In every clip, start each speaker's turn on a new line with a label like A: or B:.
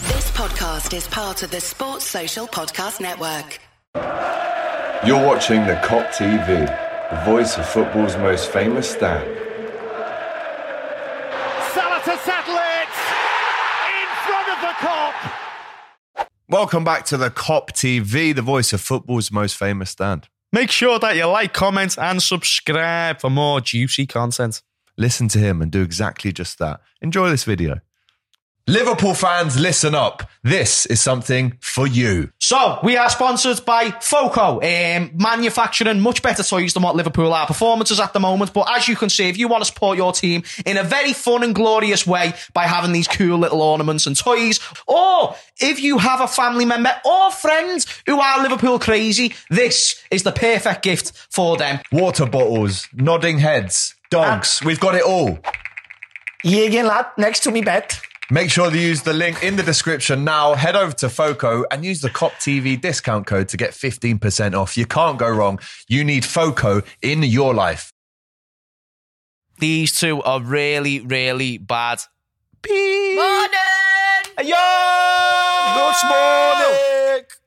A: podcast is part of the Sports Social Podcast Network.
B: You're watching the Cop TV, the voice of football's most famous stand.
C: Salah to settle it in front of the cop.
B: Welcome back to the Cop TV, the voice of football's most famous stand.
D: Make sure that you like, comment, and subscribe for more juicy content.
B: Listen to him and do exactly just that. Enjoy this video. Liverpool fans, listen up. This is something for you.
D: So, we are sponsored by Foco, um, manufacturing much better toys than what Liverpool are performances at the moment. But as you can see, if you want to support your team in a very fun and glorious way by having these cool little ornaments and toys, or if you have a family member or friends who are Liverpool crazy, this is the perfect gift for them.
B: Water bottles, nodding heads, dogs, we've got it all.
E: Yeah, Ah. again, lad, next to me bed.
B: Make sure to use the link in the description now. Head over to Foco and use the Cop TV discount code to get 15% off. You can't go wrong. You need Foco in your life.
D: These two are really, really bad.
F: Morning!
D: Yo!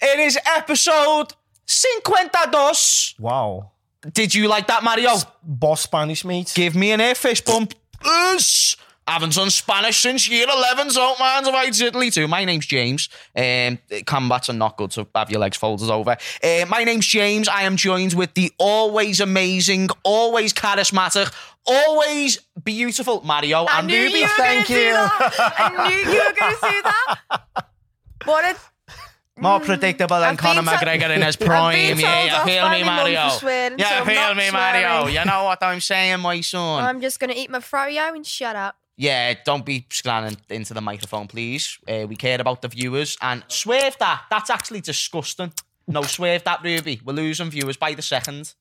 D: It is episode 52.
E: Wow.
D: Did you like that, Mario?
E: Boss Spanish, mate.
D: Give me an air fist bump. Us. Haven't done Spanish since year 11, so mind if I diddly too. My name's James. Um, combats are not good, so have your legs folded over. Uh, my name's James. I am joined with the always amazing, always charismatic, always beautiful Mario
F: I
D: and
F: knew
D: Ruby.
F: you were going
E: thank
F: to do
E: you.
F: that. I knew you were going to do that. What a
D: More predictable than
F: I've
D: Conor
F: been told-
D: McGregor in his
F: I've been
D: prime.
F: told
D: Yeah, you
F: off
D: feel
F: by
D: me,
F: my mum for
D: Mario?
F: swearing, so
D: Yeah,
F: I'm
D: feel
F: not
D: me, Mario.
F: swearing.
D: You know what I'm saying, my son.
F: I'm just going to eat my froyo and shut up.
D: yeah, don't be scanning into the microphone, please. Uh, we care about the viewers and swerve that. That's actually disgusting. No, swerve that, Ruby. We're losing viewers by the second.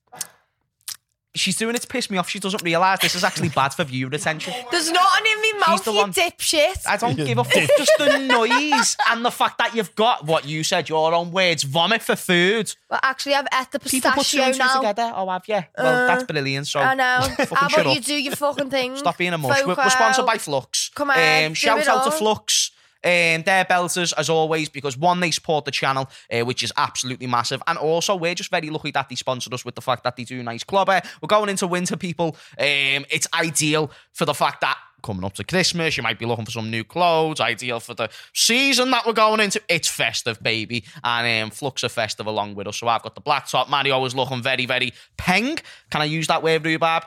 D: She's doing it to piss me off. She doesn't realise this is actually bad for viewer attention.
F: There's nothing in me
D: She's
F: mouth,
D: the
F: you
D: one-
F: dipshit.
D: I don't give a fuck. Just the noise and the fact that you've got what you said, your own words, vomit for food.
F: well, actually, I've ate the
D: People put two
F: pistachio
D: and two
F: now.
D: together. Oh, have you? Well, that's brilliant. So
F: I know.
D: fucking
F: How
D: shut
F: about you
D: up.
F: do your fucking thing?
D: Stop being a mush. We're, we're sponsored by Flux. Um,
F: Come on, do
D: shout
F: it
D: out to
F: all.
D: Flux. Um, they're belters as always because one they support the channel, uh, which is absolutely massive, and also we're just very lucky that they sponsored us with the fact that they do nice clubber. We're going into winter, people. Um, it's ideal for the fact that coming up to Christmas, you might be looking for some new clothes. Ideal for the season that we're going into. It's festive, baby, and um, Flux are festive along with us. So I've got the black top. Mario is looking very, very peng. Can I use that word, rhubarb?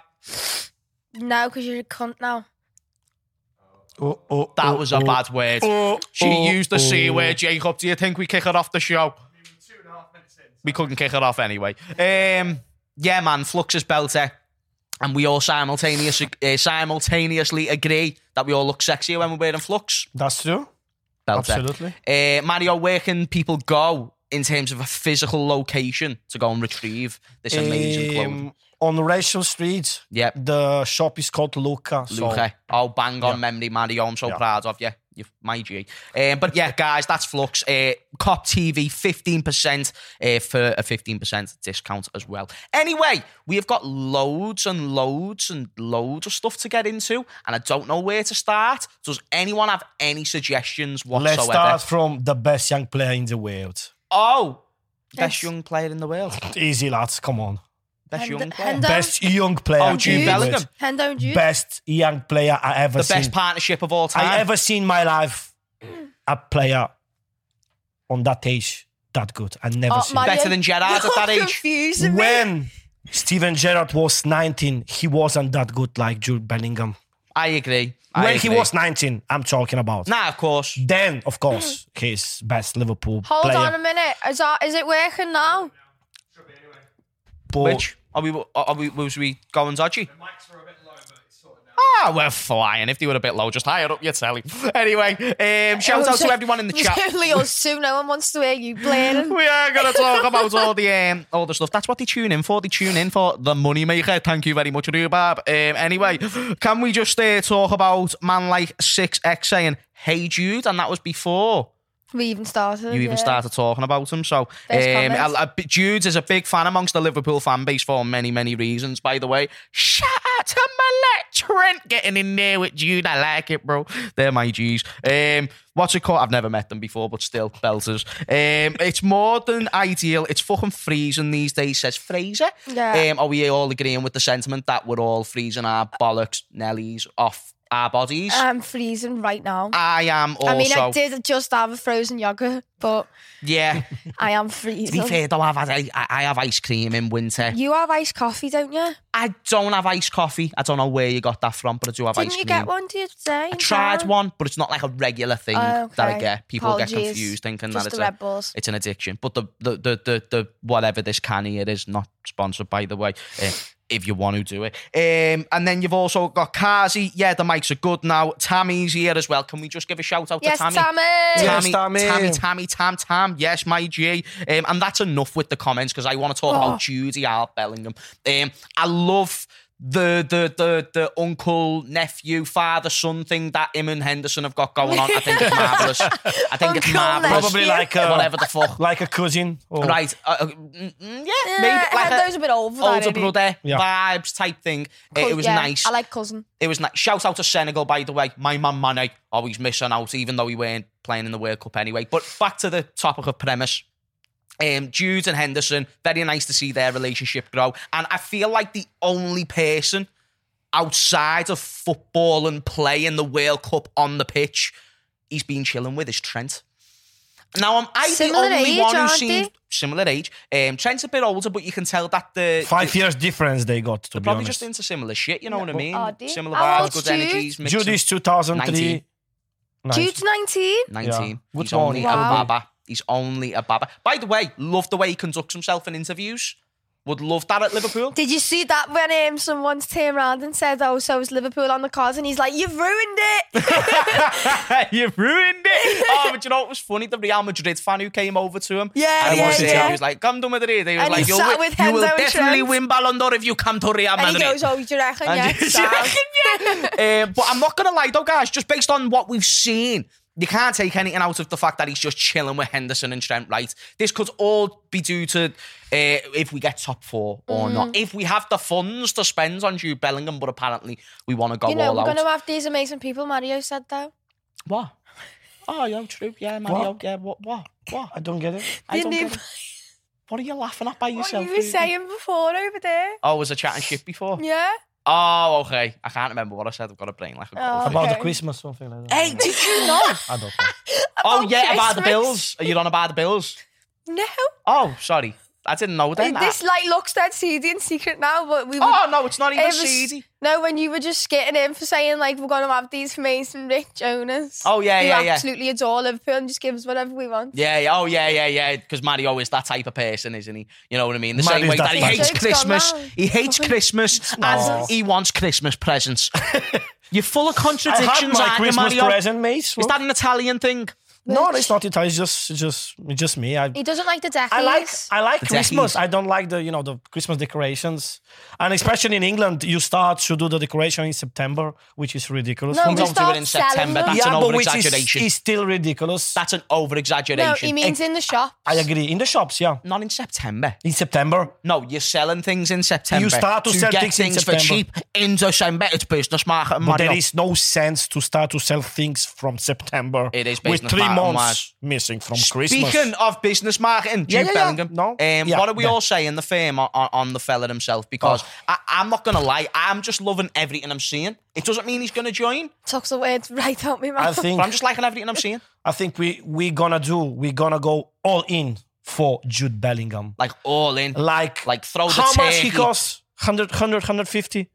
F: No, because you're a cunt now.
E: Oh, oh,
D: That
E: oh,
D: was a
E: oh.
D: bad word. she used the C word, Jacob. Do you think we kick her off the show? We couldn't kick her off anyway. Um, yeah, man, Flux is belter. And we all simultaneous, uh, simultaneously agree that we all look sexier when we're wearing Flux.
E: That's true.
D: Belter.
E: Absolutely.
D: Uh, Mario, where can people go in terms of a physical location to go and retrieve this amazing clothing?
E: Um, on Rachel Street,
D: Yep.
E: the shop is called Luca. so-
D: Luca. oh, bang on memory, Mario. I'm so proud of you. You're my G. Um, but yeah, guys, that's Flux. Uh, Cop TV, 15% uh, for a 15% discount as well. Anyway, we have got loads and loads and loads of stuff to get into, and I don't know where to start. Does anyone have any suggestions whatsoever?
E: Let's start from the best young player in the world.
D: Oh, best
F: Yes.
D: young player in the world.
E: Easy, lads. Come on.
D: Best
F: Hendo-
D: young player.
F: Hendo-
E: Best young player.
D: Oh,
E: in
D: Jude
E: the
D: Bellingham.
E: world.
F: Hendo and Jude.
E: Best young player I ever
D: The
E: seen.
D: best partnership of all time.
E: I ever seen in my life. A player on that age that good. I never
F: Oh,
E: seen.
F: my-
D: Better than Gerrard at that
F: You're
D: age.
F: confusing me.
E: when Steven Gerrard was 19, he wasn't that good like Jude Bellingham.
D: I agree. I
E: when he
D: agree.
E: was 19, I'm talking about.
D: Nah, of course.
E: Then, of course, his best Liverpool
F: Hold
E: player.
F: on a minute. Is, that, is it working now?
E: but
D: Which are we? Are we? Was we going dodgy? The mics were a bit low, but it's sorted out. Ah, we're flying. If they were a bit low, just higher up your telly. Anyway, um, shout out to everyone in the chat.
F: It's only us two. No one wants to hear you blaring.
D: We are gonna talk about all the um, all the stuff. That's what they tune in for. They tune in for the money maker. Thank you very much, Rubab. Um, anyway, can we just uh, talk about man like six X saying "Hey Jude" and that was before.
F: we even started.
D: you even
F: yeah.
D: started talking about him. So, um,
F: Best comment.
D: I- I- Jude is a big fan amongst the Liverpool fan base for many, many reasons. By the way, shout What a Trent getting in there with Jude. I like it, bro. They're my G's. Um, what's it called? I've never met them before, but still, belters. Um, it's more than ideal. It's fucking freezing these days, says Fraser.
F: Yeah.
D: Um, are we all agreeing with the sentiment that we're all freezing our bollocks, Nellies off our bodies?
F: I'm freezing right now.
D: I am also.
F: Um, I mean, I did just have a frozen yogurt, but
D: Yeah.
F: I am
D: to be
F: freezing.
D: fair, though, I've had, I, I have ice cream in winter.
F: You have iced coffee, don't you?
D: I don't have iced coffee. I don't know where you got that from, but I do have
F: Didn't
D: ice
F: you
D: cream.
F: get one the other day?
D: I tried one, but it's not like a regular thing
F: Oh,
D: that I
F: okay.
D: get. People get
F: Apologies.
D: confused thinking
F: Just
D: that it's
F: the
D: a,
F: Red Bulls.
D: it's an addiction. But the the the the, the whatever this can here is not sponsored by the way. Uh, if you want to do it. Um, and then you've also got Kazi. Yeah, the mics are good now. Tammy's here as well. Can we just give a shout out
F: Yes,
D: to Tammy?
F: Tammy.
E: Yeah.
D: Tammy,
E: Yes, Tammy.
D: Tammy, Tammy, Tam, Tam. Yes, my G. Um, and that's enough with the comments because I want to talk
F: Oh.
D: about Judy Al Bellingham. Um, I love the the the the uncle nephew father son thing that him and Henderson have got going on. I think it's marvelous. I think it's
F: Uncle
D: marvelous.
F: nephew.
E: Probably like a,
D: whatever the fuck.
E: like a cousin. Or,
D: Right. Uh, uh, mm, mm, yeah,
F: Yeah,
D: maybe like a-
F: those are a bit old for that,
D: older
F: ain't it?
D: brother
E: Yeah.
D: vibes type thing. Uh, it was
F: Yeah,
D: nice.
F: I like cousin.
D: It was nice. Shout out to Senegal, by the way. My man Mane always missing out, even though he weren't playing in the World Cup anyway. But back to the topic of premise. Um, Jude and Henderson, very nice to see their relationship grow. And I feel like the only person outside of football and play in the World Cup on the pitch he's been chilling with is Trent. Now, am I
F: Similar
D: the only
F: age,
D: one who
F: aren't
D: seems
F: they?
D: similar age? Um, Trent's a bit older, but you can tell that the
E: Five years difference they got, to be
D: probably
E: honest.
D: just into similar shit. You know what I mean?
F: are they?
D: Similar
F: How
D: vibes,
F: old's
D: good
F: Jude?
D: energies. mixing.
E: Judy's 2003.
D: 19.
E: Nice.
F: Jude's 19.
D: 19.
E: Yeah. What's
D: He's only
E: wrong? Wow.
D: a baba. He's only a baba. By the way, love the way he conducts himself in interviews. Would love that at Liverpool.
F: Did you see that when um, someone's turned around and said, oh, so is Liverpool on the cards? And he's like, you've ruined it.
D: You've ruined it. oh, but you know what was funny? The Real Madrid fan who came over to him.
F: Yeah,
D: I
E: yeah,
D: watched it.
E: yeah.
D: He was like, "Come to Madrid." He was
F: And he
D: like, "You'll
F: sat
D: win-
F: with
D: "You will
F: Enzo and
D: definitely
F: Trent.
D: win Ballon d'Or if you come to Real
F: and
D: Madrid."
F: he goes, oh, do you reckon?
D: And
F: Yeah,
D: you-
F: Sam."
D: Uh, but I'm not gonna lie though, guys. Just based on what we've seen, you can't take anything out of the fact that he's just chilling with Henderson and Trent. Right, this could all be due to uh, if we get top four
F: Mm.
D: or not. If we have the funds to spend on Jude Bellingham, but apparently we want to go
F: You know,
D: all
F: we're
D: out.
F: going to have these amazing people, Mario said, though.
D: What? Oh, yeah, true. Yeah, man.
E: What?
D: Yo, yeah, what? What? What?
E: I don't get it.
D: I don't
F: Didn't
D: get
F: he-
D: it. What are you laughing at by
F: What
D: yourself?
F: you were
D: Ruben?
F: saying before over there.
D: Oh, was I chatting shit before?
F: Yeah.
D: Oh, okay. I can't remember what I said. I've got a brain like a
F: Oh.
D: goldfish.
E: About
F: Okay.
E: the Christmas, something like that.
D: Hey, did you know?
E: I don't know.
D: Oh yeah, about the
F: Christmas.
D: bills. Are you on about the bills?
F: No.
D: Oh, sorry, I didn't know then.
F: This like looks dead seedy and secret now, but we would.
D: oh no, it's not even
F: it was-
D: seedy.
F: No, when you were just skitting in for saying like we're gonna have these amazing rich owners.
D: Oh, yeah,
F: who
D: yeah, yeah.
F: Absolutely adore Liverpool and just give us whatever we want.
D: Yeah, yeah, oh yeah, yeah, yeah. Because Mario is that type of person, isn't he? You know what I mean. The
E: Mario's
D: same way
E: that
D: that he
E: type.
D: hates
F: Joke's
D: Christmas,
F: gone round.
D: he hates Christmas, and
E: not.
D: he wants Christmas presents. You're full of
E: I had
D: contradictions,
E: my
D: aren't you,
E: Christmas
D: Mario?
E: present, mate.
D: Is that an Italian thing?
E: no, it's not Italian. It's just, it's just, it's just me. I,
F: He doesn't like the deckies.
E: I like I like
D: The
E: Christmas.
D: deckies.
E: I don't like the you know the Christmas decorations, and especially in England, you start to do the decoration in September, which is ridiculous.
F: No,
E: for me.
F: just
D: Don't do it in
F: start selling
D: September.
F: them.
D: That's
E: yeah,
D: an
E: but
D: over
E: which is,
D: exaggeration.
E: is still ridiculous.
D: That's an over exaggeration.
F: No, he means in the shop.
E: I agree. In the shops, yeah,
D: not in September.
E: in September.
D: No, you're selling things in September.
E: You start to sell
D: get
E: things in
D: for
E: September.
D: cheap in December. It's business market,
E: But
D: Mario.
E: there is no sense to start to sell things from September.
D: It is
E: with
D: business
E: three
D: market,
E: months missing from Christmas.
D: Speaking of business marketing, Jude
E: Yeah, yeah, yeah.
D: Bellingham.
E: No.
D: Um,
E: Yeah,
D: what are we
E: yeah. Oh.
D: all saying? The fame on, on- on the fella himself because I, I'm not gonna lie, I'm just loving everything I'm seeing. It doesn't mean he's gonna join,
F: Tucks the words right out me
E: I
F: mouth.
E: think
D: but I'm just liking everything I'm seeing.
E: I think we we gonna do. We're gonna go all in for Jude Bellingham.
D: Like all in.
E: Like
D: Like, throw the
E: how much he
D: turkey.
E: costs? 100, 100, 150?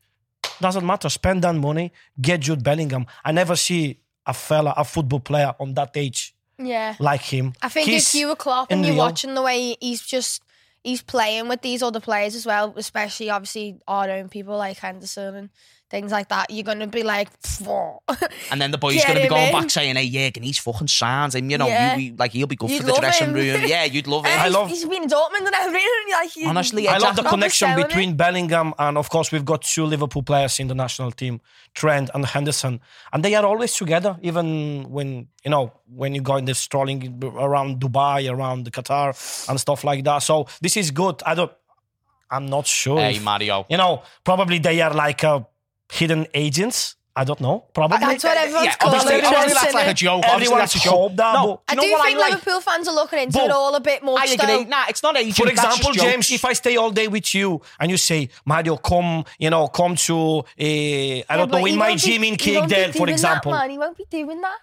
E: Doesn't matter. Spend that money. Get Jude Bellingham. I never see a fella, a football player on that age
F: yeah.
E: like him.
F: I think
E: He's
F: if you were Klopp and you're
E: unreal.
F: watching the way he's just he's playing with these other players as well, especially obviously our own people like Henderson and things like that, you're gonna be like, "Pfft."
D: And then the boy's
F: Get
D: going to be
F: him
D: going
F: in.
D: back saying, hey, yeah, and he's fucking sound. And, you know,
F: Yeah.
D: you, you- like, he'll be good
F: You'd
D: for the
F: love
D: dressing
F: him.
D: room. Yeah, you'd love
F: And
D: him.
E: I
F: he's-
E: love-
F: he's been in Dortmund and everything. and, Like, you-
D: Honestly,
E: I love the
D: Exactly.
E: connection
F: Overselling it.
E: between Bellingham and, of course, we've got two Liverpool players in the national team, Trent and Henderson, and they are always together. Even when you know when you go in the strolling around Dubai, around Qatar, and stuff like that. So this is good. I don't. I'm not sure.
D: Hey,
E: if-
D: Mario.
E: You know, probably they are like a hidden agents. I don't know. Probably.
F: That's what everyone's
D: yeah,
F: called
D: obviously,
F: it.
D: obviously that's
F: Johnson.
D: like a joke. Obviously,
E: Everyone's
D: that's a joke.
E: hoped that,
D: No,
E: but-
F: I
E: You know
F: do
E: what I
F: think
E: like?
F: Liverpool fans are looking into
E: But
F: it all a bit more.
D: I agree. Nah, it's not agent.
E: For
D: that's just
E: example,
D: jokes.
E: James, if I stay all day with you and you say, Mario, come, you know, come to, uh, I don't know, in my gym in Kigdale, for example.
F: That, man. He won't be doing that.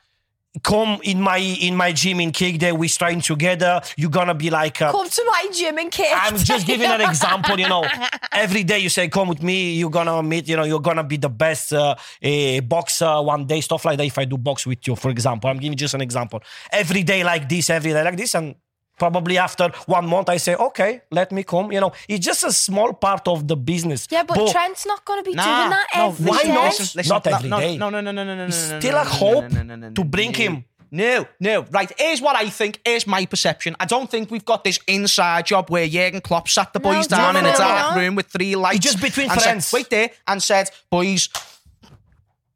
E: Come in my in my gym in Kigdale, we're trying together. You're gonna be like, uh,
F: Come to my gym and kick.
E: I'm just giving an example, you know. Every day you say, come with me, you're gonna meet, you know, you're gonna be the best uh, eh, boxer one day, stuff like that. If I do box with you, for example, I'm giving just an example. Every day like this, every day like this, and probably after one month, I say, okay, let me come. You know, it's just a small part of the business.
F: Yeah, but,
E: But
F: Trent's not going to be
D: Nah,
F: doing that
D: no,
F: every
E: why
F: day.
E: not? Not
D: no,
E: every
D: no,
E: day.
D: No, no, no, no, no, no. no,
E: It's
D: no,
E: still
D: no,
E: a
D: no,
E: hope
D: no, no, no, no, no,
E: to bring
D: no.
E: him.
D: No, no. Right, here's what I think. Here's my perception. I don't think we've got this inside job where Jurgen Klopp sat the
F: No,
D: boys down in a
F: definitely
D: dark
F: not.
D: room with three lights.
E: just between
D: and said-
E: friends.
D: Wait there and said, boys,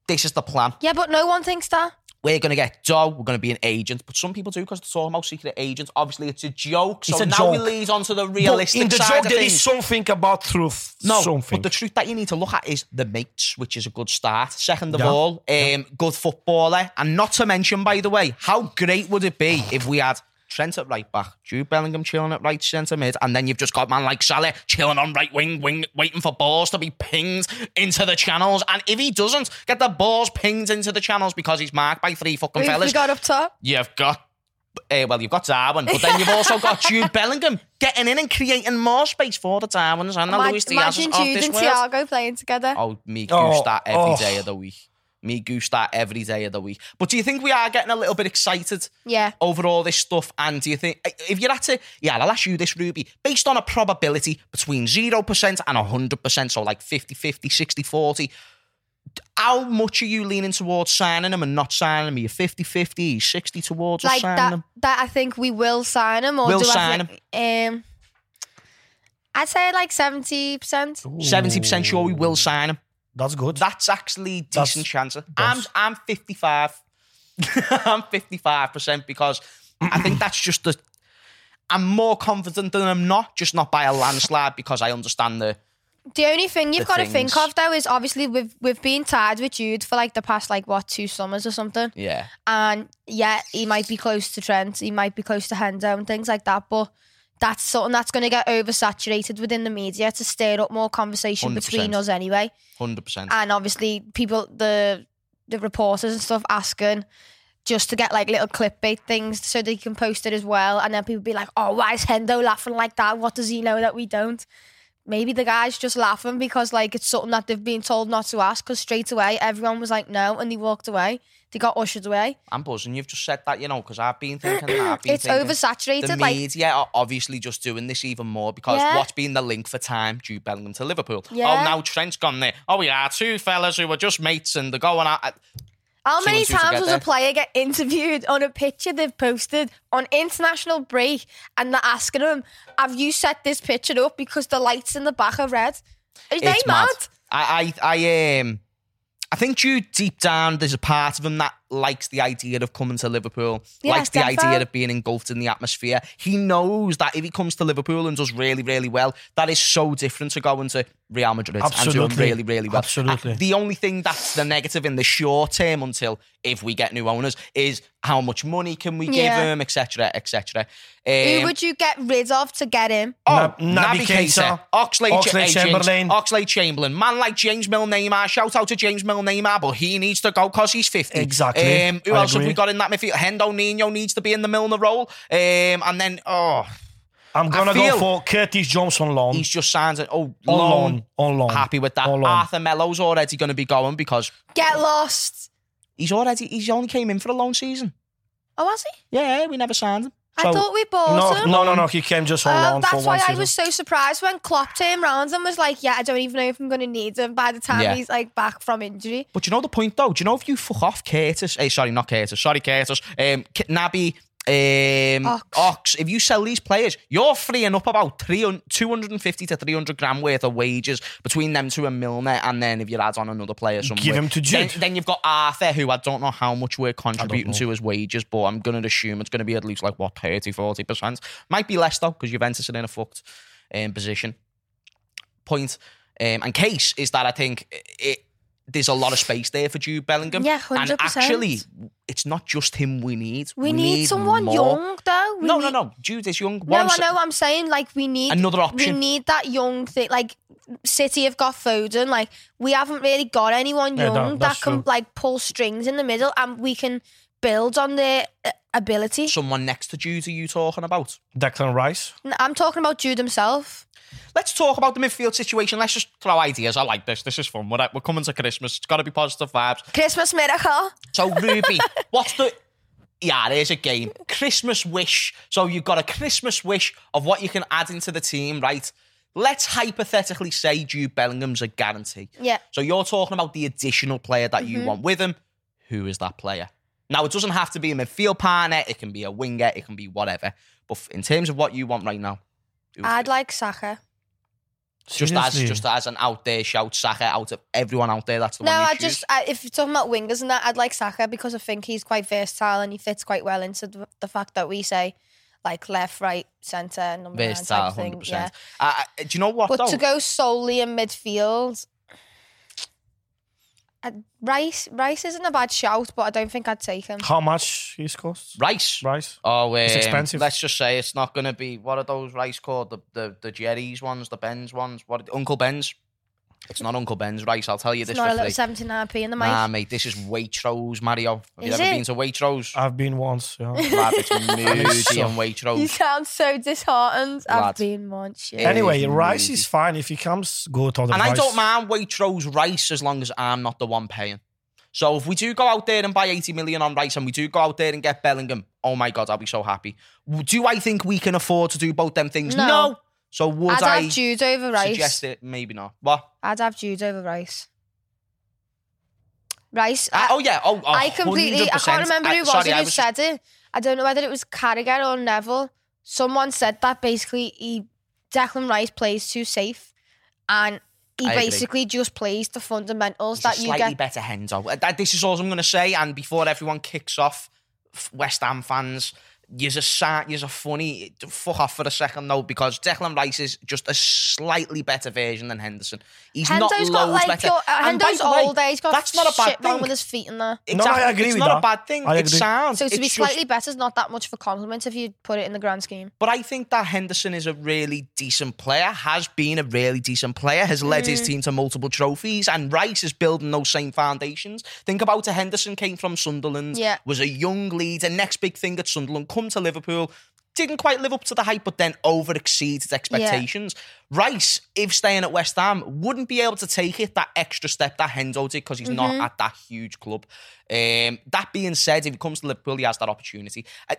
D: this is the plan.
F: Yeah, but no one thinks that.
D: We're going to get Doe. We're going to be an agent. But some people do because they're talking about secret agents. Obviously, it's a joke. So
E: It's a
D: now we
E: joke.
D: lead on to the
E: but
D: realistic
E: in the
D: side
E: joke,
D: of
E: there
D: things.
E: is something about truth.
D: No,
E: something.
D: but the truth that you need to look at is the mates, which is a good start. Second of
E: Yeah.
D: all, um, good footballer, and not to mention, by the way, how great would it be if we had Trent at right back, Jude Bellingham chilling at right centre mid, and then you've just got man like Salah chilling on right wing, wing, waiting for balls to be pinged into the channels. And if he doesn't get the balls pinged into the channels because he's marked by three fucking
F: Who've
D: fellas,
F: we got up top?
D: you've got. Uh, well, you've got Darwin, but then you've also got Jude Bellingham getting in and creating more space for the Darwins and the
F: Ima-
D: Luis Diaz's
F: Imagine
D: of
F: Jude
D: this
F: and
D: world.
F: Thiago playing together.
D: Oh, me goose
E: Oh,
D: that every day
E: oh.
D: of the week. Me goose that every day of the week. But do you think we are getting a little bit excited
F: Yeah.
D: over all this stuff? And do you think if you had to, yeah, I'll ask you this, Ruby, based on a probability between 0% and 100%, so like 50 50, 60 40, how much are you leaning towards signing him and not signing him? Are you 50 50, 60 towards us
F: Like
D: signing
F: that,
D: him?
F: that I think we will sign him. Or
D: Will
F: do
D: sign
F: I think, Um, I'd say like 70%.
D: 70% sure we will sign him.
E: That's good.
D: That's actually
E: That's-
D: decent chance. I'm
E: that's-
D: I'm 55. I'm 55 percent because I think that's just the. I'm more confident than I'm not, just not by a landslide because I understand the.
F: The only thing you've
D: the
F: got to
D: things.
F: think of though is obviously we've we've been tied with Jude for like the past like what two summers or something,
D: Yeah.
F: and yeah, he might be close to Trent, he might be close to Hendo and things like that, but. That's something that's going to get oversaturated within the media to stir up more conversation
D: 100%.
F: between us anyway.
D: Hundred percent.
F: And obviously, people, the the reporters and stuff asking just to get like little clickbait things so they can post it as well. And then people be like, oh, why is Hendo laughing like that? What does he know that we don't? Maybe the guy's just laughing because like it's something that they've been told not to ask. Because straight away, everyone was like, no, and they walked away. They got ushered away.
D: I'm buzzing. You've just said that, you know, because I've been thinking that. I've been
F: It's
D: thinking The
F: oversaturated. Like,
D: media are obviously just doing this even more because
F: Yeah.
D: what's been the link for time? Jude Bellingham to Liverpool. Oh,
F: Yeah.
D: now Trent's gone there. Oh, yeah, two fellas who were just mates and they're going out.
F: how
D: two
F: many
D: and two
F: times does
D: together.
F: a player get interviewed on a picture they've posted on international break and they're asking them, have you set this picture up because the lights in the back are red? Are they
D: It's
F: mad?
D: I, I, I, um, I think Jude deep down, there's a part of him that likes the idea of coming to Liverpool,
F: Yeah,
D: likes the
F: defo.
D: idea of being engulfed in the atmosphere. He knows that if he comes to Liverpool and does really, really well, that is so different to going to Real Madrid and doing
E: Absolutely.
D: really, really well.
E: Absolutely.
D: Uh, the only thing that's the negative in the short term until if we get new owners is how much money can we give
F: Yeah.
D: him, etc., etc.
F: Who
D: Um,
F: would you get rid of to get him?
D: Oh,
E: Na-
D: Navigator,
E: Navigator,
D: Oxlade, Oh, Chamberlain,
E: Oxlade Chamberlain.
D: Oxlade Chamberlain, man like James Mill Neymar. Shout out to James Mill Neymar, but he needs to go because he's fifty.
E: Exactly.
D: Um, who
E: I
D: else have
E: agree.
D: we got in that midfield? Hendo Nino needs to be in the Milner role, um, and then oh,
E: I'm gonna
D: feel-
E: go for Curtis Johnson loan.
D: he's just signs it. Oh,
E: on
D: loan.
E: loan. On loan.
D: Happy with that.
E: On loan.
D: Arthur Mello's already going to be going because
F: Get lost.
D: he's already he's only came in for a loan season.
F: Oh, was he?
D: Yeah, we never signed him.
F: I
E: So-
F: thought we bought
E: No,
F: him.
E: no, no, no. He came just on
F: Um,
E: loan for
F: that's
E: one
F: why
E: season.
F: I was so surprised when Klopp turned round and was like, "Yeah, I don't even know if I'm going to need him by the time
D: Yeah.
F: he's like back from injury."
D: But you know the point though. Do you know if you fuck off Curtis? Hey, sorry, not Curtis. Sorry, Curtis. Um, K- Naby. Um, Ox.
F: Ox.
D: If you sell these players, you're freeing up about 300, 250 to 300 grand worth of wages between them two and Milner. And then if you add on another player somewhere,
E: him to
D: then,
E: Jude.
D: then you've got Arthur, who I don't know how much we're contributing
E: know.
D: to his wages, but I'm going to assume it's going to be at least like, what, 30, 40%. Might be less though, because Juventus are in a fucked um, position point um, and case is that I think it, there's a lot of space there for Jude Bellingham.
F: Yeah,
D: And
F: 100%.
D: actually, it's not just him we need.
F: We, need, someone
D: more.
F: young, though. We
D: no,
F: need-
D: no, no. Jude is young. What
F: No,
D: I'm
F: I
D: sa-
F: know what I'm saying. Like we need
D: Another option.
F: We need that young thing. Like City have got Foden. Like we haven't really got anyone
E: Yeah,
F: young
E: no,
F: that
E: that's
F: can
E: true.
F: like pull strings in the middle, and we can build on their uh, ability.
D: Someone next to Jude are you talking about?
E: Declan Rice.
F: N- I'm talking about Jude himself.
D: Let's talk about the midfield situation. Let's just throw ideas. I like this. This is fun. We're, we're coming to Christmas. It's got to be positive vibes.
F: Christmas miracle.
D: So Ruby, what's the yeah, there's a game. Christmas wish. So you've got a Christmas wish of what you can add into the team, right? Let's hypothetically say Jude Bellingham's a guarantee.
F: Yeah. Mm-hmm.
D: So you're talking about the additional player that you want with him. Who is that player? Now it doesn't have to be a midfield partner, it can be a winger, it can be whatever. But f- in terms of what you want right now, who-
F: I'd like Saka.
D: just as
E: Seriously?
D: just as an out there shout Saka out of everyone out there, that's the
F: No,
D: one. you
F: I
D: choose.
F: just I, if you're talking about wingers and that, I'd like Saka because I think he's quite versatile and he fits quite well into the, the fact that we say like left, right, centre, number nine
D: versatile,
F: type thing.
D: hundred
F: Yeah.
D: percent. Uh, Do you know what?
F: But
D: though?
F: to go solely in midfield, uh, Rice Rice isn't a bad shout, but I don't think I'd take him.
E: How much he's cost?
D: Rice.
E: Rice.
D: Oh, um,
E: expensive.
D: Let's just say it's not going to be what are those rice called? The the the Jerry's ones, the Ben's ones. What are- Uncle Ben's? It's not Uncle Ben's rice. I'll tell you
F: It's
D: this
F: not a
D: for
F: little
D: free.
F: 79p in the mic.
D: Nah, mate, this is Waitrose, Mario. Have you
F: Is
D: ever
F: it?
D: been to Waitrose?
E: I've been once. Yeah.
D: Lad, it's moody
E: Ah, so-
D: and
F: you
D: Waitrose.
F: sound so disheartened.
D: Lad.
F: I've been once. Yeah.
E: anyway,
D: It is
E: Rice
D: amazing.
E: is fine. If he comes, go to the
D: And
E: Rice.
D: I don't mind Waitrose rice as long as I'm not the one paying. So if we do go out there and buy 80 million on rice and we do go out there and get Bellingham, oh my God, I'll be so happy. Do I think we can afford to do both them things? No.
F: No.
D: So would
F: I'd
D: I
F: have Jude over Rice.
D: suggest it? Maybe not. What?
F: I'd have Jude over Rice. Rice.
D: Uh,
F: I,
D: oh yeah. Oh, oh,
F: I completely. I
D: 100%.
F: can't remember who
D: Uh,
F: was
D: sorry,
F: it
D: I
F: who
D: was-
F: said it. I don't know whether it was Carragher or Neville. Someone said that basically he Declan Rice plays too safe, and he
D: I agree.
F: basically just plays the fundamentals
D: It's
F: that
D: a
F: you
D: slightly
F: get.
D: better Hendo. Uh, that- this is all I'm going to say. And before everyone kicks off, f- West Ham fans, you're a sad, you're a funny. Fuck off for a second though, because Declan Rice is just a slightly better version than Henderson. He's not
F: Hendo's
D: loads
F: got like
D: better.
F: pure, uh,
D: And by
F: Hendo's
D: the way,
F: old there. He's got
D: that's not a bad
F: shit wrong
D: thing.
F: with his feet in there.
E: No, I
D: Exactly.
E: agree
D: it's
E: with
D: not a
E: that.
D: bad thing.
E: I
D: It
E: agree.
D: sounds.
F: So to
D: it's
F: be
D: just-
F: slightly better is not that much of a compliment if you put it in the grand scheme.
D: But I think that Henderson is a really decent player, has been a really decent player, has led his team to multiple trophies, and Rice is building those same foundations. Think about it. Henderson came from Sunderland,
F: Yeah.
D: was a young leader, next big thing at Sunderland, come to Liverpool, didn't quite live up to the hype, but then over exceeded expectations. Rice, if staying at West Ham, wouldn't be able to take it that extra step that Hendo did because he's not at that huge club. Um, that being said, if he comes to Liverpool, he has that opportunity. I,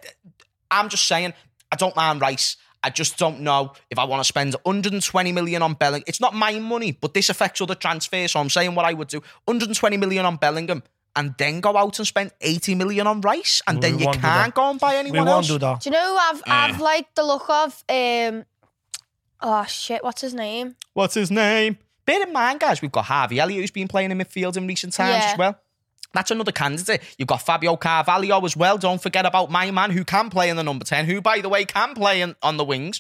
D: I'm just saying, I don't mind Rice. I just don't know if I want to spend 120 million on Bellingham. It's not my money, but this affects other transfers. So I'm saying what I would do: 120 million on Bellingham, and then go out and spend 80 million on Rice, and
E: We
D: then you
E: won't do
D: can't
E: that.
D: go and buy
E: We
D: anyone
E: won't
D: else.
E: do that.
F: Do you know who I've
D: Mm.
F: I've liked the look of um oh shit what's his name
D: What's his name? Bear in mind, guys, we've got Harvey Elliott who's been playing in midfield in recent times
F: Yeah.
D: as well. That's another candidate. You've got Fabio Carvalho as well. Don't forget about my man who can play in the number 10, who, by the way, can play in, on the wings.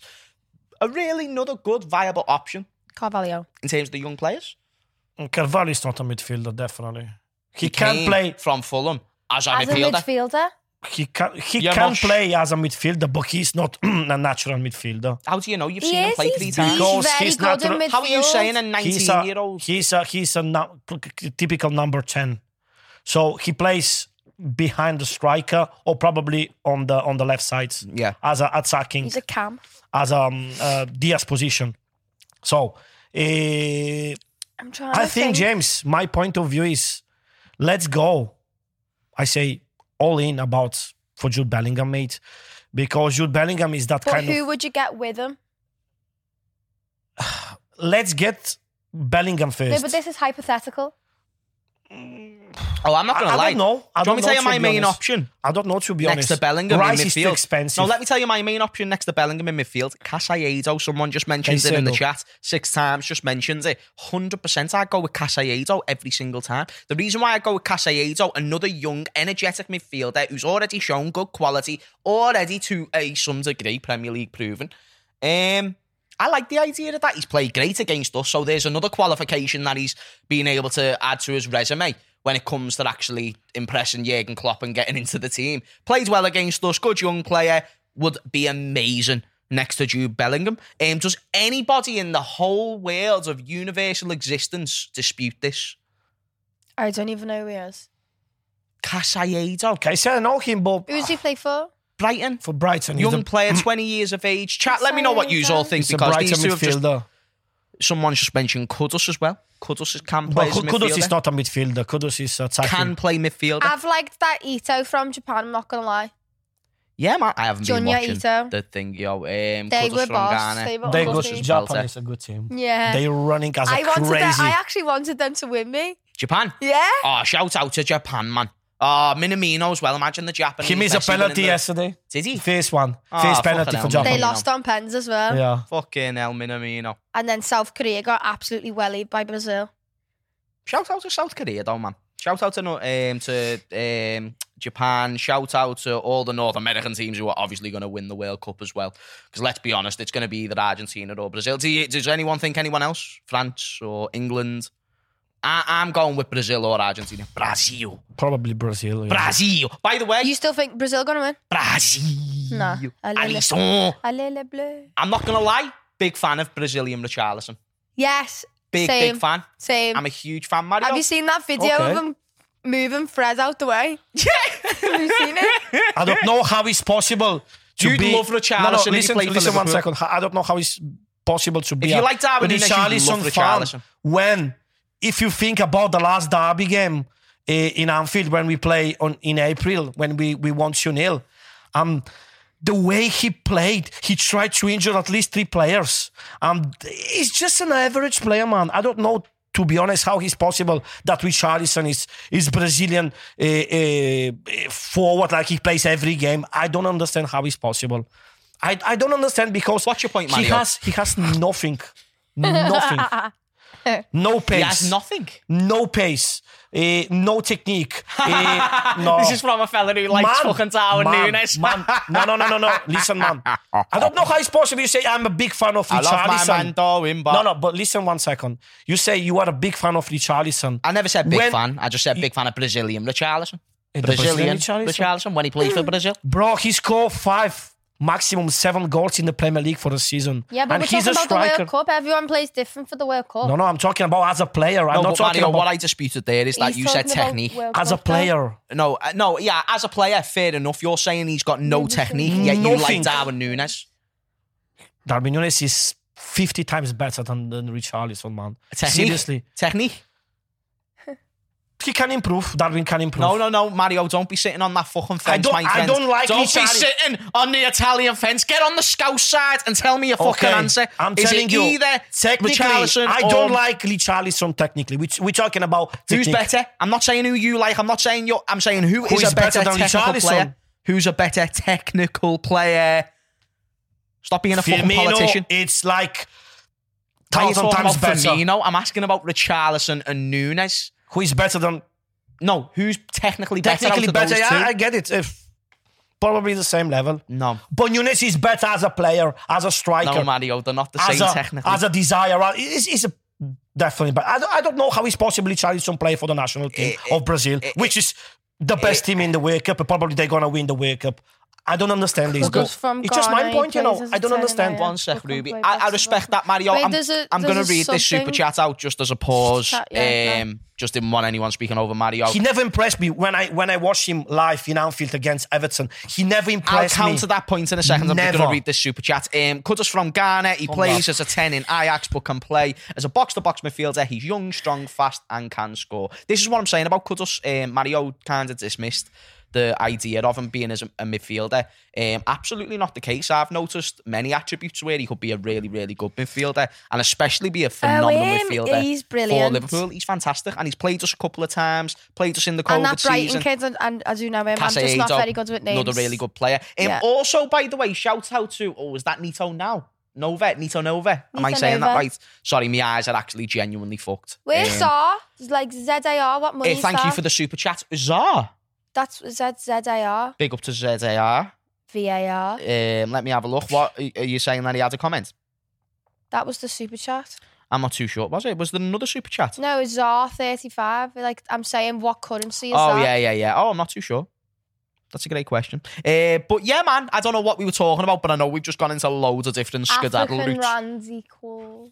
D: A really another good, viable option
F: Carvalho.
D: in terms of the young players.
E: Carvalho is not a midfielder, definitely. He, can
D: Kane
E: play.
D: from Fulham as a
F: As a
D: midfielder.
F: midfielder,
E: He can. He
D: Yeah,
E: can
D: but-
E: play as a midfielder, but he's not a natural midfielder.
D: How do you know? You've
F: he
D: seen him
F: is.
D: play three
F: he's,
D: times.
E: Because
F: very
E: he's
F: good in
E: natural-
F: midfield.
D: How are you saying a
E: he's a
D: 19 year old?
E: he's a he's a nu- typical number ten. So he plays behind the striker or probably on the on the left side.
D: Yeah.
E: as a attacking
F: He's a cam.
E: as a um, uh, Diaz position. So eh,
F: I'm trying.
E: I
F: to
E: think James, my point of view is, let's go. I say all in about for Jude Bellingham, mate, because Jude Bellingham is that
F: But
E: kind of.
F: who would you get with him?
E: Let's get Bellingham first.
F: No, but this is hypothetical.
D: Oh, I'm not going
E: I- I
D: to lie.
E: don't know.
D: do
E: I
D: you want
E: don't
D: me to tell
E: know,
D: you my
E: to be
D: main
E: honest.
D: option?
E: I don't know to be
D: next
E: honest.
D: to Bellingham
E: Rice
D: in midfield.
E: is too expensive.
D: No, let me tell you my main option next to Bellingham in midfield. Casayedo, someone just mentioned it in the
E: Caicedo.
D: chat six times, just mentioned it. 100% I go with Casayedo every single time. The reason why I go with Casayedo, another young, energetic midfielder who's already shown good quality, already to a some degree Premier League proven. Um, I like the idea of that. He's played great against us, so there's another qualification that he's been able to add to his resume when it comes to actually impressing Jurgen Klopp and getting into the team. Played well against us, good young player, would be amazing next to Jude Bellingham. Um, does anybody in the whole world of universal existence dispute this?
F: I don't even know who he is.
D: Casado,
E: Okay, so I know him, but
F: Who does he play for?
D: Brighton.
E: for Brighton, he's
D: Young
E: a,
D: player, 20 years of age. Chat, let me know what you all think
E: he's a
D: because
E: Brighton
D: these two have just.
E: midfielder.
D: Someone's just mentioned Kudus as well. Kudus is- can play as
E: But
D: a
E: Kudos
D: midfielder.
E: is not a midfielder. Kudos is attacking.
D: can play midfielder.
F: I've liked that Ito from Japan. I'm not gonna lie.
D: yeah, man, I haven't
F: Junior
D: been watching
F: Ito.
D: the thing, yo. Um,
F: They
D: Kudus
F: were
D: from
F: boss.
D: Ghana.
F: They were
E: they
F: on the
E: go to
F: team.
E: Japan.
D: Belter.
E: It's a good team.
F: Yeah.
E: They're running as a
F: I wanted.
E: crazy.
F: Them, I actually wanted them to win me.
D: Japan.
F: Yeah.
D: Oh, shout out to Japan, man. Oh, Minamino as well. Imagine the Japanese.
E: he missed a
D: actually winning
E: penalty
D: the-
E: yesterday.
D: Did he?
E: First one.
D: Ah, fucking
E: First penalty
D: hell,
E: for
D: man.
E: Japan.
F: They
D: Minamino.
F: lost on pens as well.
E: Yeah.
D: Fucking hell, Minamino.
F: And then South Korea got absolutely wellied by Brazil.
D: Shout out to South Korea, though, man. Shout out to no- um, to um, Japan. Shout out to all the North American teams who are obviously going to win the World Cup as well. Because let's be honest, it's going to be either Argentina or Brazil. Do you, does anyone think anyone else? France or England? I, I'm going with Brazil or Argentina. Brazil.
E: Probably Brazil. yeah.
D: Brazil. By the way,
F: You still think Brazil gonna win?
D: Brazil.
F: No. I love it.
D: Alisson.
F: Allez les bleus.
D: I'm not going to lie. Big fan of Brazilian Richarlison.
F: Yes.
D: Big,
F: Same.
D: big fan.
F: Same.
D: I'm a huge fan, Mario.
F: Have you seen that video
E: Okay.
F: of him moving Fred out the way? Have you seen it?
E: I don't know how it's possible to
D: You'd
E: be.
D: love Richarlison
E: No, no,
D: if he
E: listen,
D: played for
E: listen one
D: Liverpool.
E: second. I don't know how it's possible to be.
D: you
E: a-
D: like Darwin
E: a
D: Nunes, you'd love
E: Richarlison
D: Richarlison.
E: fan when, if you think about the last derby game eh, in Anfield when we play on in April when we we won 2 nil, um. The way he played, he tried to injure at least three players. Um, he's just an average player, man. I don't know, to be honest, how it's possible that Richarlison is is Brazilian uh, uh, forward like he plays every game. I don't understand how it's possible. I, I don't understand because
D: What's your point,
E: He
D: Mario?
E: has he has nothing, nothing, no pace,
D: He has nothing.
E: no pace, eh, no technique. eh, no.
D: This is from a fella who likes fucking Darwin
E: man,
D: Nunes.
E: man. No, no, no, no, no. Listen, man. I don't know how it's possible. You say I'm a big fan of
D: I love my man
E: Richarlison.
D: Darwin, but
E: No, no, but listen one second. You say you are a big fan of Richarlison.
D: I never said big
E: When-
D: fan. I just said big fan of Brazilian Richarlison.
E: Eh, the
D: Brazilian
E: Brazilian
D: Richarlison.
E: Richarlison? Hmm.
D: when he played for Brazil.
E: Bro, he scored five, maximum seven goals in the Premier League for the season.
F: Yeah, but
E: and
F: we're
E: he's
F: talking
E: a
F: about the
E: striker.
F: World Cup. Everyone plays different for the World Cup.
E: No, no, I'm talking about as a player. I'm
D: No,
E: not
D: but
E: talking
D: Mario, what
E: about
D: I disputed there is that
F: He's
D: you said
F: talking about
D: technique.
F: World
E: as a
F: Cup, though.
E: player.
D: No, uh, no, yeah, as a player, fair enough. You're saying he's got no technique, yet you like
E: Nothing.
D: Darwin Nunes.
E: Darwin Nunes is 50 times better than, than Richarlison, man.
D: Technique.
E: Seriously.
D: Technique.
E: He can improve. Darwin can improve.
D: No, no, no, Mario, don't be sitting on that fucking fence,
E: don't-
D: my
E: I
D: friend.
E: don't like
D: Don't be
E: Richarli-
D: sitting on the Italian fence. Get on the scouse side and tell me your fucking
E: Okay,
D: answer.
E: I'm
D: Is
E: telling
D: it
E: you,
D: either
E: technically,
D: Richarlison
E: I
D: or
E: don't like Richarlison technically. Which we're talking about
D: Who's
E: technique.
D: better? I'm not saying who you like. I'm not saying you're. I'm saying who
E: Who
D: is,
E: is
D: a better,
E: better than
D: technical
E: Richarlison?
D: player? Who's a better technical player? Stop being a fucking
E: Firmino,
D: politician.
E: It's like
D: Why are you
E: thousand
D: talking
E: times
D: about
E: better.
D: Firmino? I'm asking about Richarlison and Nunes.
E: Who is better than
D: No, who's technically better?
E: technically
D: out of
E: better?
D: those two?
E: Yeah, I get it. If probably the same level.
D: No,
E: But Nunes is better as a player, as a striker,
D: no, Mario, they're not the
E: as
D: same
E: a
D: technically.
E: as a desire. He's, he's a definitely. But I don't, I don't know how he's possibly Charlison play for the national team
D: Eh,
E: of Brazil, which is the best team in the World Cup. and Probably they're gonna win the World Cup. I don't understand this.
F: Because
E: but
F: from
E: it's just my
F: Ghana,
E: point,
F: he
E: you know.
F: plays as a
E: I don't
F: 10 and
E: understand.
F: a-
D: One sec,
F: I can't
D: Ruby. I,
F: play
D: I
F: basketball.
D: respect that, Mario.
F: Wait,
D: I'm,
F: there's a-
D: I'm going to
F: there's a
D: read this super
F: something-
D: chat out just as a pause.
F: Chat, yeah,
D: um, Just didn't want anyone speaking over Mario.
E: He never impressed me when I when I watched him live in Anfield against Everton. He never
D: I'll
E: impressed me.
D: counter that point in a second. I'm just going
E: Never.
D: to read this super chat. Um, Cutters from Ghana. He plays as a 10 in Ajax, but can play as a box to box midfielder. He's young, strong, fast, and can score. This is what I'm saying about Cutters. Um, Mario kind of dismissed the idea of him being as a, a midfielder. Um, absolutely not the case. I've noticed many attributes where he could be a really, really good midfielder and especially be a phenomenal
F: him.
D: midfielder
F: He's
D: for
F: brilliant.
D: Liverpool. He's fantastic and he's played us a couple of times, played us in the COVID
F: And that Brighton
D: season.
F: kid, and, and I do know him. I'm just
D: Casado,
F: not very good with names.
D: Another really good player. Um,
F: Yeah.
D: Also, by the way, shout out to oh, is that Nito now? Nova, Nito Nova. Am I
F: Nito
D: saying that
F: Nova.
D: right? Sorry, my eyes are actually genuinely fucked.
F: Where's
D: Um,
F: Zar? It's Like Z A R. What money?
D: eh,
F: is
D: thank you
F: that?
D: for the super chat. Zar.
F: That's Z Z A R
D: Big up to ZAR.
F: V A R.
D: Um, let me have a look. What are you saying that he had a comment?
F: That was the super chat.
D: I'm not too sure. Was it? Was there another super chat?
F: No, it's ZAR thirty five. Like I'm saying, what currency is
D: Oh
F: that?
D: yeah, yeah, yeah. Oh, I'm not too sure. That's a great question. Uh, but yeah, man, I don't know what we were talking about, but I know we've just gone into loads of different skedaddle
F: African
D: routes.
F: rand equal.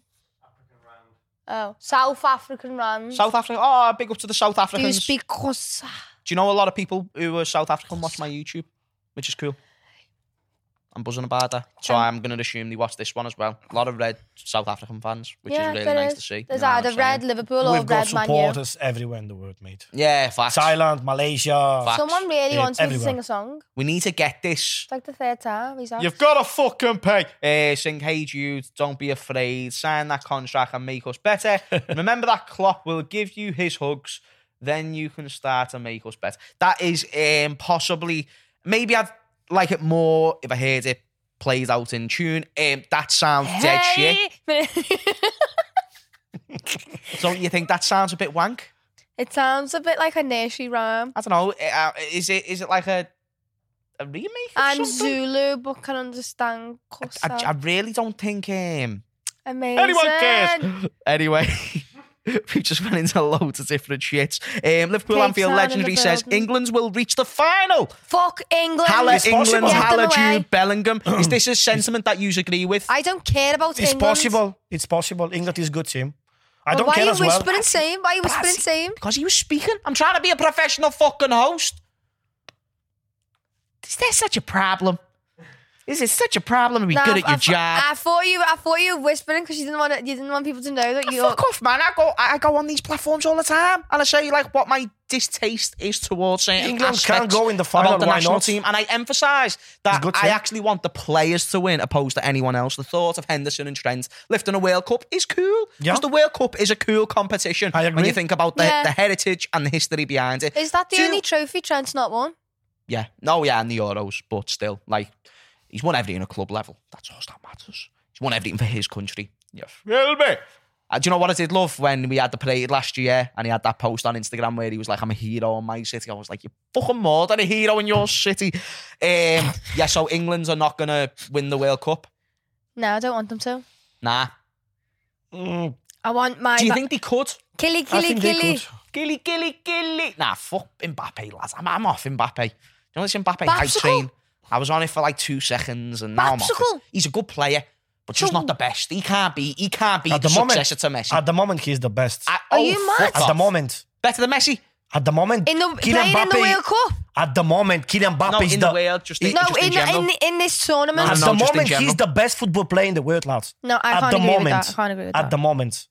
F: Oh, South African rand.
D: South Africa. Oh, big up to the South
F: Do you
D: Africans.
F: speak Xhosa?
D: Do you know a lot of people who are South African watch my YouTube, which is cool. I'm buzzing about that, so
F: Um,
D: I'm going to assume they watch this one as well. A lot of red South African fans, which
F: yeah,
D: is really
F: there
D: nice
F: is.
D: to see.
F: There's
D: You know what
F: either
D: I'm
F: red
D: saying?
F: Liverpool or
E: We've got
F: red Man U.
E: supporters everywhere in the world, mate.
D: Yeah, facts.
E: Thailand, Malaysia.
D: Facts.
F: Someone really
E: Yeah,
F: wants me to
E: everywhere.
F: sing a song.
D: We need to get this.
F: It's like the third time he's asked.
D: You've got to fucking pay. Uh, sing, hey Jude, don't be afraid. Sign that contract and make us better. Remember that Klopp will give you his hugs. Then you can start to make us better. That is um, possibly, maybe I'd like it more if I heard it plays out in tune. Um, that sounds dead shit. Don't you think that sounds a bit wank?
F: it sounds a bit like a nursery rhyme.
D: I don't know. Uh, is it is it like a a remake? Of
F: I'm
D: something?
F: Zulu, but can understand Xhosa.
D: I, I really don't think. Um,
F: Amazing.
D: Anyone cares? Anyway, we just went into loads of different shits. Um, Liverpool
F: Big
D: Anfield
F: fan in
D: legendary
F: the
D: says
F: building.
D: England will reach the final.
F: Fuck England.
D: Haller,
E: It's
D: England,
E: possible.
F: Get
D: Haller,
F: them away.
D: Jude, Bellingham. Is this a sentiment that you agree with?
F: I don't care about
E: It's
F: England.
E: possible. It's possible. England is good team. I don't
F: why
E: care
F: are you
E: as well.
F: whispering same? Why are you whispering
D: Patsy,
F: same?
D: Because he was speaking. I'm trying to be a professional fucking host. Is there such a problem? Is it such a problem to be
F: Nah,
D: good at
F: I-
D: your
F: I-
D: job?
F: I thought you. I thought you were whispering because you didn't want. To, you didn't want people to know that you.
D: Fuck off, man. I go I go on these platforms all the time and I say like what my distaste is towards certain
E: England
D: aspects
E: can't go in the final,
D: about the
E: why
D: national
E: not?
D: team. And I emphasise that
E: It's good
D: I
E: team.
D: actually want the players to win opposed to anyone else. The thought of Henderson and Trent lifting a World Cup is cool.
E: Yeah.
D: Because the World Cup is a cool competition
E: I
D: when
E: agree.
D: you think about the,
F: Yeah.
D: the heritage and the history behind it.
F: Is that the
D: Do you-
F: only trophy Trent's not won?
D: Yeah. No, yeah, and the Euros, but still, like he's won everything at club level. That's all that matters. He's won everything for his country. Yeah. Feel me? Uh, do you know what I did love when we had the parade last year and he had that post on Instagram where he was like, I'm a hero in my city. I was like, You're fucking more than a hero in your city. Um, yeah, so England's are not gonna win the World Cup.
F: No, I don't want them to.
D: Nah.
E: Mm,
F: I want my.
D: Do you
F: ba-
D: think they could?
F: Killy,
E: I
F: killy,
E: think they
F: killy.
E: could.
D: Gilly, gilly, gilly. Nah, fuck Mbappe, lads. I'm, I'm off Mbappe. You know this Mbappe hype
F: Popsicle?
D: train? I was on it for like two seconds and now I'm off
F: Popsicle?
D: it. He's a good player, but just not the best. He can't be. He can't be
E: At
D: the,
E: the moment-
D: successor to Messi.
E: At the moment, he's the best.
D: I-
F: Are
D: oh,
F: you mad?
D: fuck
E: At the
D: off.
E: moment.
D: better than Messi?
E: At the moment,
F: In the
E: Kylian
F: playing in the
E: Mbappe-
F: World Cup.
E: At the moment, Kylian Mbappe
D: No,
E: is
D: in the, world, just in,
F: No,
D: just in,
F: in,
D: general.
F: in in this tournament.
D: No,
E: At
D: no, just
E: the
D: in
E: moment,
D: general.
E: he's the best football player in the world, lads.
F: No, I
E: at
F: can't
E: the
F: agree
E: moment,
F: with that. I can't agree with
E: at
F: that.
E: the moment,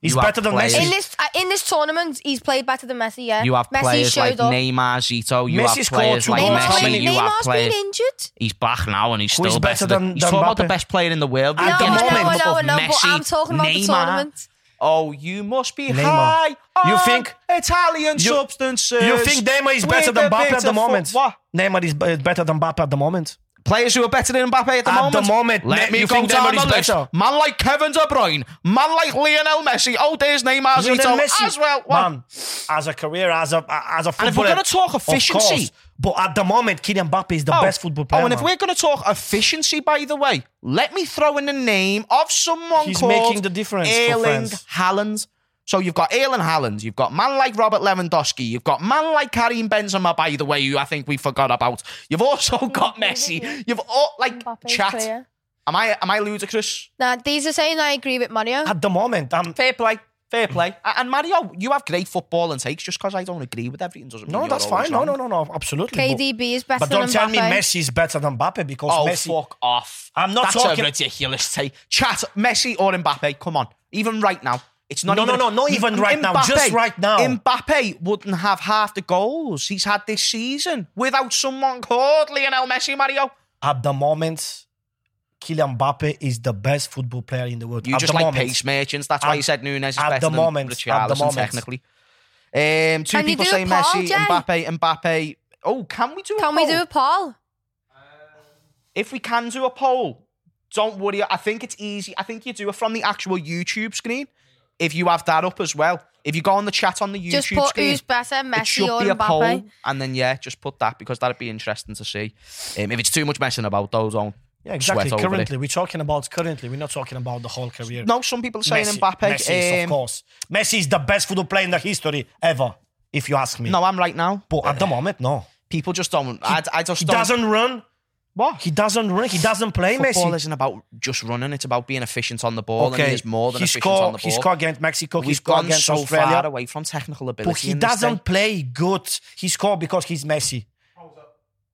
E: he's
D: You have
E: better than
D: players-
E: Messi.
F: in this uh, in this tournament, he's played better than Messi. Yeah,
D: you have
F: Messi
D: players
F: showed
D: like
F: up.
D: Neymar, Zito. You
E: Messi
D: have
E: scored
D: players
E: two
D: like
E: goals.
F: Neymar's,
E: Messi,
F: been,
D: Messi. You have
F: Neymar's
D: players.
F: been injured.
D: He's back now and he's
E: Who's
D: still better
E: better
D: than.
E: than-
D: He's
E: than
D: talking about the
E: Mbappe?
D: best player in the world.
E: At
F: No,
E: the
F: I know, I
E: moment
F: know, I
D: of
F: know. But
D: Messi,
F: I'm talking about the
D: Neymar.
F: tournament.
D: Oh, you must be
E: Neymar.
D: high.
E: You
D: on
E: think-
D: Italian
E: you-
D: substances?
E: You think Neymar is
D: with
E: better than
D: a
E: Mbappe at
D: bit
E: the
D: of fu-
E: moment?
D: What?
E: Neymar is b- better than Mbappe at the moment.
D: Players who are better than Mbappe at the
E: At
D: moment.
E: the moment,
D: let
E: Ne-
D: me
E: you
D: go
E: think
D: down
E: Neymar
D: the
E: is
D: list.
E: better?
D: Man like Kevin De Bruyne, man like Lionel Messi. Oh, there's Neymar
E: Lionel
D: Zito
E: Messi,
D: as well. What?
E: Man, as a career, as a as a footballer.
D: And if we're gonna talk
E: of
D: efficiency-
E: course. but at the moment, Kylian Mbappe is the
D: Oh.
E: best football player.
D: Oh, and if
E: man.
D: we're going to talk efficiency, by the way, let me throw in the name of someone
E: He's
D: called
E: making the difference for
D: Erling
E: France.
D: Haaland. So you've got Erling Haaland, you've got man like Robert Lewandowski, you've got man like Karim Benzema, by the way, who I think we forgot about. You've also got Messi. You've all like
F: Mbappe's
D: chat.
F: clear.
D: Am I am I ludicrous?
F: Now these are saying I agree with Mario.
E: at the moment, I'm
D: Fair play. Fair play. A- And Mario, you have great football and takes. Just because I don't agree with everything doesn't mean
E: no,
D: you're
E: that's
D: always
E: fine. No,
D: wrong.
E: no, no, no, absolutely. but-
F: KDB is better
E: But don't
F: than
E: tell me
F: Mbappe.
E: Messi is better than Mbappe because
D: Oh,
E: Messi.
D: fuck off.
E: I'm not
D: That's
E: talking-
D: a ridiculous take. Chat, Messi or Mbappe, come on. Even right now. It's not
E: No,
D: even
E: no, no, not even right now, just right now.
D: Mbappe wouldn't have half the goals he's had this season without someone called Lionel Messi, Mario.
E: At the moment, Kylian Mbappe is the best football player in the world.
D: You
E: at
D: just
E: the
D: like
E: moment.
D: pace merchants. That's why
E: At-
D: you said Nunes is
E: at
D: better
E: the
D: than
E: moment, at the
D: Richarlison,
E: moment.
D: technically. Um, two
F: Can you
D: people
F: do
D: say
F: a poll,
D: Messi,
F: Jay?
D: Mbappe, Mbappe. Oh, can we do a
F: Can we
D: poll?
F: do a poll?
D: if we can do a poll, don't worry. I think it's easy. I think you do it from the actual YouTube screen. If you have that up as well, if you go on the chat on the YouTube
F: Just put
D: screen,
F: who's better,
D: it
F: Messi
D: should
F: or
D: be a poll,
F: Mbappe.
D: and then yeah, just put that because that'd be interesting to see. Um, if it's too much messing about, though, don't
E: Yeah, exactly.
D: sweat over
E: Currently, we're talking about currently. We're not talking about the whole career.
D: No, some people saying
E: Messi,
D: Mbappe.
E: Messi is,
D: um,
E: of course. Messi is the best football player in the history ever, if you ask me.
D: No, I'm right now.
E: but at the moment, no.
D: People just don't. I, I just
E: He
D: don't.
E: doesn't run.
D: What?
E: He doesn't run. He doesn't play
D: Football
E: Messi.
D: isn't about just running. It's about being efficient on the ball. And he is more than
E: he
D: efficient
E: scored,
D: on the ball.
E: He scored against Mexico. he
D: We've
E: scored
D: gone
E: against
D: so far
E: Australia.
D: away from technical ability.
E: But he
D: in this
E: doesn't
D: thing.
E: play good. He scored because he's Messi.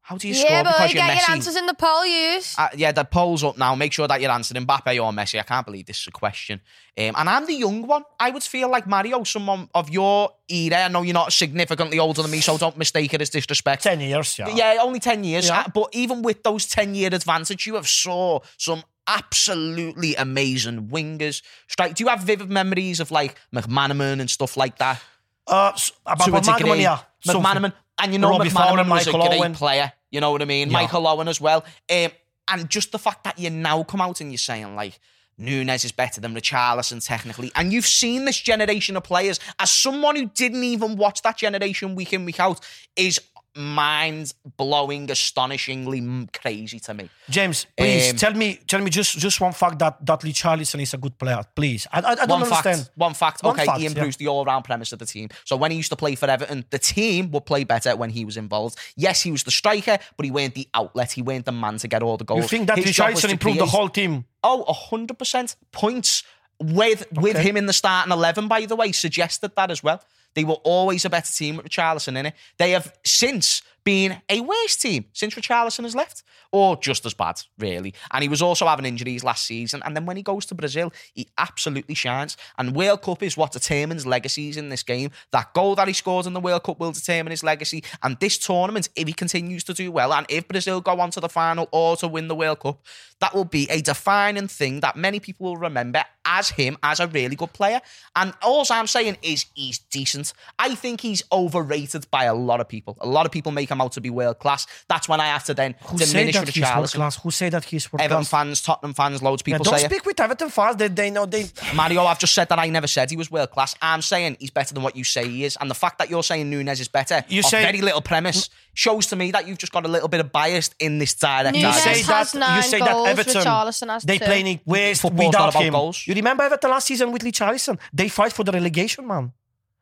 D: How do you score
F: Yeah,
D: because
F: boy,
D: you're
F: get
D: Messi?
F: your answers in the poll, use.
D: Uh, yeah, the poll's up now. Make sure that you're answering Mbappe or Messi. I can't believe this is a question. Um, and I'm the young one. I would feel like Mario, someone of your era. I know you're not significantly older than me, so don't mistake it as disrespect.
E: Ten years, yeah.
D: Yeah, only 10 years.
E: Yeah.
D: Uh, But even with those 10 year advantage, you have saw some absolutely amazing wingers. Strike. Do you have vivid memories of like McManaman and stuff like that?
E: Uh, s- about
D: To a degree.
E: McManaman, yeah.
D: McManaman. And you know,
E: Robbie Fowler,
D: McManaman was a
E: Michael
D: great
E: Owen.
D: player. You know what I mean?
E: Yeah.
D: Michael Owen as well. Um, and just the fact that you now come out and you're saying like, Nunes is better than Richarlison technically. And you've seen this generation of players as someone who didn't even watch that generation week in, week out is mind blowing, astonishingly m- crazy to me.
E: James, please
D: Um,
E: tell me, tell me just just one fact that that Lee Charlison is a good player. Please, I, I, I don't
D: One
E: understand.
D: fact, one fact.
E: One
D: okay,
E: fact,
D: he
E: yeah.
D: improves the all-round premise of the team. So when he used to play for Everton, the team would play better when he was involved. Yes, he was the striker, but he weren't the outlet. He weren't the man to get all the goals.
E: You think that
D: His job was
E: Richarlison
D: to
E: improved the
D: create-
E: whole team?
D: Oh, hundred percent points with with
E: Okay.
D: him in the starting eleven. By the way, suggested that as well. They were always a better team with Richarlison in it. They have since been a worse team since Richarlison has left, or just as bad, really. And he was also having injuries last season. And then when he goes to Brazil, he absolutely shines. And World Cup is what determines legacies in this game. That goal that he scores in the World Cup will determine his legacy. And this tournament, if he continues to do well, and if Brazil go on to the final or to win the World Cup, that will be a defining thing that many people will remember as him as a really good player. And all I'm saying is he's decent. I think he's overrated by a lot of people. A lot of people make him out to be world class. That's when I have to then
E: Who said
D: diminish
E: that he's world
D: Richarlison.
E: class? Who said that he's world
D: Everton
E: class?
D: fans, Tottenham fans, loads of
E: Yeah,
D: people
E: don't
D: say it.
E: speak with Everton fans. They, they know they.
D: Mario, I've just said that I never said he was world class. I'm saying he's better than what you say he is. And the fact that you're saying Nunes is better,
E: You
D: you
E: say-
D: say very little premise, shows to me that you've just got a little bit of bias in this direct.
F: You
E: You
F: Nunes
E: say
D: say
F: has
E: that you
F: nine
E: say
F: goals,
E: that Everton
F: Richarlison has
E: they
F: two.
E: play it waste
D: Football's
E: without
D: not about
E: him.
D: goals.
E: You remember Everton last season with Lee Charlison? They fight for the relegation, man.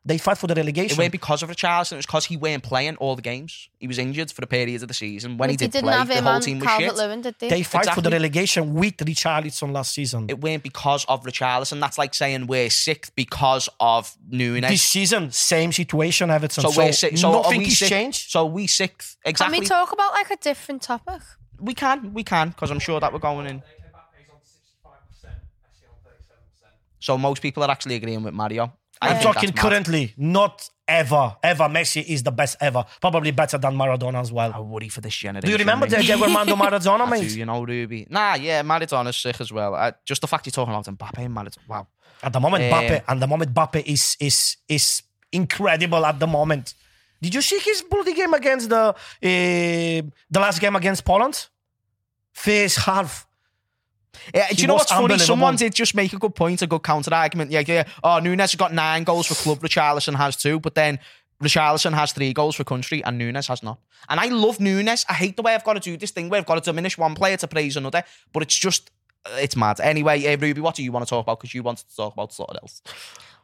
E: They fight for the
D: it
E: relegation.
D: weren't because of Richarlison, it was because he weren't playing all the games. He was injured for the period of the season. When he
F: They
D: did
F: didn't
D: play,
F: have
D: the
F: him
D: whole
F: on
D: team was shit.
F: Calvert-Lewin, did they?
E: they fight for
D: Exactly.
E: the relegation with Richarlison last season.
D: It weren't because of Richarlison. That's like saying we're sixth because of Nunes.
E: this season, same situation, Everton. So,
D: we're sixth. So are
E: nothing
D: we
E: is
D: sixth?
E: changed.
D: So we sixth.
F: Can
D: Exactly.
F: we talk about like a different topic?
D: We can, we can, because I'm sure that we're going in. So most people are actually agreeing with Mario. I
E: I'm
D: think
E: talking
D: that's mad.
E: currently, not ever, ever. Messi is the best ever. Probably better than Maradona as well.
D: I worry for this generation.
E: Do you remember the
D: mate.
E: Diego Armando Maradona,
D: I do,
E: mate?
D: you know, Ruby? Nah, yeah, Maradona's sick as well. I, just the fact you're talking about Mbappe and Maradona. Wow.
E: At the moment,
D: Um,
E: Bappe, at the moment, Bappe is is is incredible. At the moment, did you see his bloody game against the uh, the last game against Poland? First half,
D: Yeah, do
E: He
D: you know
E: was
D: what's funny?
E: unbelievable.
D: Someone did just make a good point, a good counter argument. Yeah, yeah. Oh, Nunes has got nine goals for club, Richarlison has two, but then Richarlison has three goals for country and Nunes has not. And I love Nunes. I hate the way I've got to do this thing where I've got to diminish one player to praise another, but it's just, uh, it's mad. Anyway, uh, Ruby, what do you want to talk about? Because you wanted to talk about something else.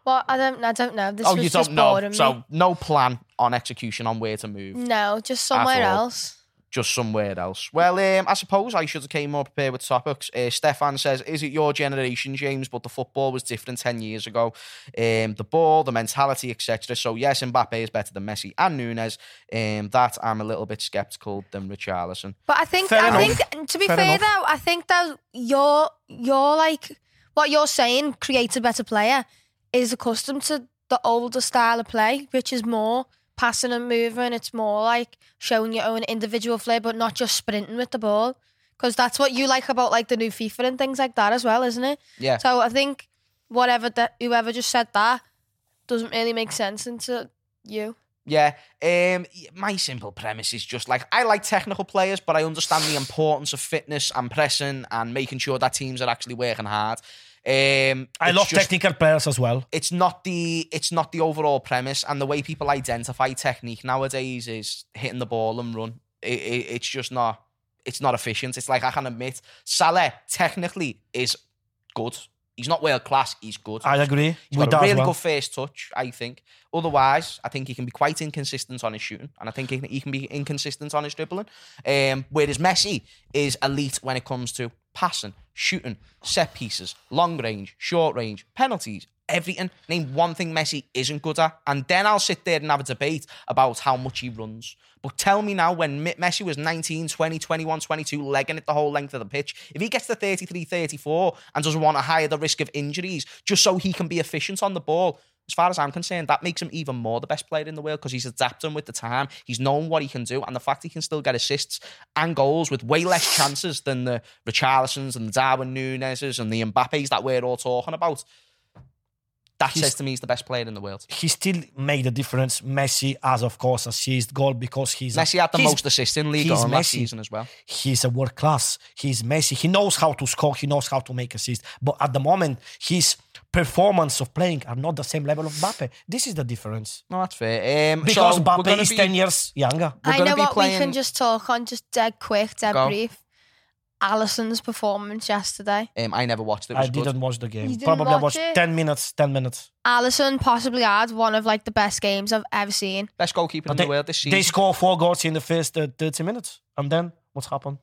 F: Well, I don't, I don't know. This
D: oh,
F: was
D: you
F: just
D: don't know.
F: boring me.
D: So, no plan on execution on where to move.
F: No, just somewhere
D: all.
F: else.
D: just somewhere else. Well, um, I suppose I should have came more prepared with topics. Uh, Stefan says, "Is it your generation, James? But the football was different ten years ago. Um, the ball, the mentality, etc. So yes, Mbappe is better than Messi and Nunes. Um, that I'm a little bit skeptical than Richarlison.
F: But I think,
E: Fair
F: I
E: enough.
F: think, to be
E: Fair
F: fair,
E: enough.
F: though, I think that your your like what you're saying creates a better player is accustomed to the older style of play, which is more passing and moving. It's more like showing your own individual flair, but not just sprinting with the ball. Because that's what you like about like the new FIFA and things like that as well, isn't it?
D: Yeah,
F: So I think whatever that whoever just said that doesn't really make sense into you.
D: yeah. Um, my simple premise is just like I like technical players, but I understand the importance of fitness and pressing and making sure that teams are actually working hard. Um,
E: I
D: it's
E: love
D: just-
E: technical players as well.
D: it's not the it's not the overall premise and the way people identify technique nowadays is hitting the ball and run. It, it, it's just not it's not efficient. It's like I can admit Salah technically is good. He's not world class. He's good.
E: I agree.
D: He's
E: with
D: got a
E: that as
D: really
E: well.
D: good first touch, I think. Otherwise, I think he can be quite inconsistent on his shooting, and I think he can, he can be inconsistent on his dribbling. Um, whereas Messi is elite when it comes to passing, shooting, set pieces, long range, short range, penalties, everything. Name one thing Messi isn't good at, and then I'll sit there and have a debate about how much he runs. But tell me now, when Me- Messi was 19, 20, 21, 22, legging it the whole length of the pitch, if he gets to 33, 34 and doesn't want to hire the risk of injuries just so he can be efficient on the ball, as far as I'm concerned, that makes him even more the best player in the world because he's adapting with the time. He's known what he can do, and the fact he can still get assists and goals with way less chances than the Richarlisons and the Darwin Nuneses and the Mbappes that we're all talking about. That
E: He's-
D: says to me he's the best player in the world.
E: He still made a difference. Messi has, of course, assist goal because he's a-
D: Messi had the
E: he's-
D: most assists in league
E: he's
D: on last
E: Messi.
D: season as well.
E: He's a world class. He's Messi. He knows how to score. He knows how to make assists. But at the moment, his performance of playing are not the same level of Mbappe. This is the difference
D: No, that's fair. Um,
E: because
D: so we're
E: Mbappe
D: gonna
E: is
D: be-
E: ten years younger.
D: we're
F: I
D: gonna
F: know
D: be
F: what we
D: playing-
F: can just talk on, just dead quick, dead
D: Go.
F: brief. Allison's performance yesterday.
D: Um, I never watched it. it
E: I
D: was good.
E: didn't watch the game.
F: You didn't
E: Probably I
F: watch
E: watched
F: it?
E: ten minutes. Ten minutes.
F: Allison possibly had one of like the best games I've ever seen.
D: Best goalkeeper in
E: they,
D: the world this
E: they
D: season.
E: score four goals in the first uh, 30 minutes. And then what's happened?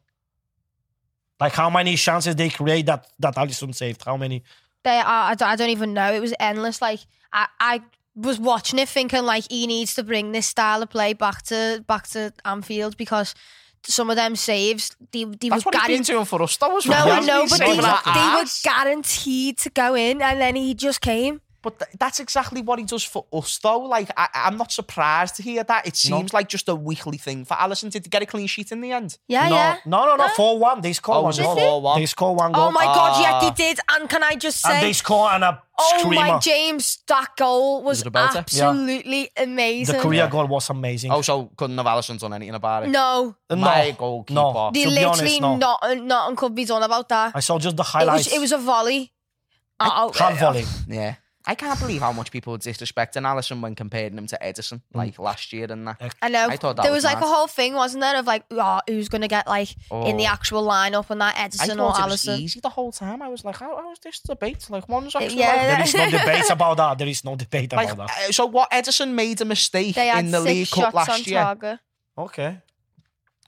E: Like how many chances they create that that Allison saved? How many?
F: They are. I don't, I don't even know. It was endless. Like I, I was watching it, thinking like he needs to bring this style of play back to back to Anfield because some of them saves they, they were
D: That's what he's been
F: guaranteed.
D: doing for us. That was
F: No,
E: Yeah.
F: I know, but they,
E: Saving
F: were-
E: our
F: they were guaranteed to go in, and then he just came.
D: But th- that's exactly what he does for us, though. Like, I- I'm not surprised to hear that. It seems like just a weekly thing for Allison. Did he get a clean sheet in the end?
F: Yeah,
E: no,
F: Ah, yeah.
E: no, no, no, Four one. They score
D: Oh,
E: one
D: was it
E: goal.
D: 4-1?
E: They score one goal. Uh,
F: Oh my god,
D: uh,
F: yeah, they did. And can I just
E: And
F: say,
E: they score and a
F: oh
E: screamer.
F: my James, that goal was
D: it a belter? Yeah.
F: absolutely amazing.
E: the Korea goal was amazing.
D: Oh, so couldn't have Allison done anything about it?
F: No,
E: no,
D: my goalkeeper.
E: No,
F: they
E: to be honest,
F: literally
E: no.
F: not nothing could be done about that.
E: I saw just the
F: It
E: highlights.
F: was, it was a volley. Oh,
E: hand volley.
D: Yeah. I can't believe how much people were disrespecting Allison when comparing him to Edison, like last year and that.
F: I know.
D: I thought that
F: there
D: was
F: was, like
D: mad.
F: a whole thing, wasn't there, of like, oh, who's going to get like in the
D: Oh.
F: actual lineup and that Edison
D: I
F: or
D: thought it was
F: Allison.
D: easy the whole time. I was like, how, how is this debate? Like, one's actually
F: yeah,
D: like,
E: There is no debate about that. There is no debate
D: like,
E: about that.
D: uh, so what? Edison made a mistake
F: They had
D: in the
F: six
D: League Cup
F: shots
D: last
F: on
D: year.
F: target.
E: Okay.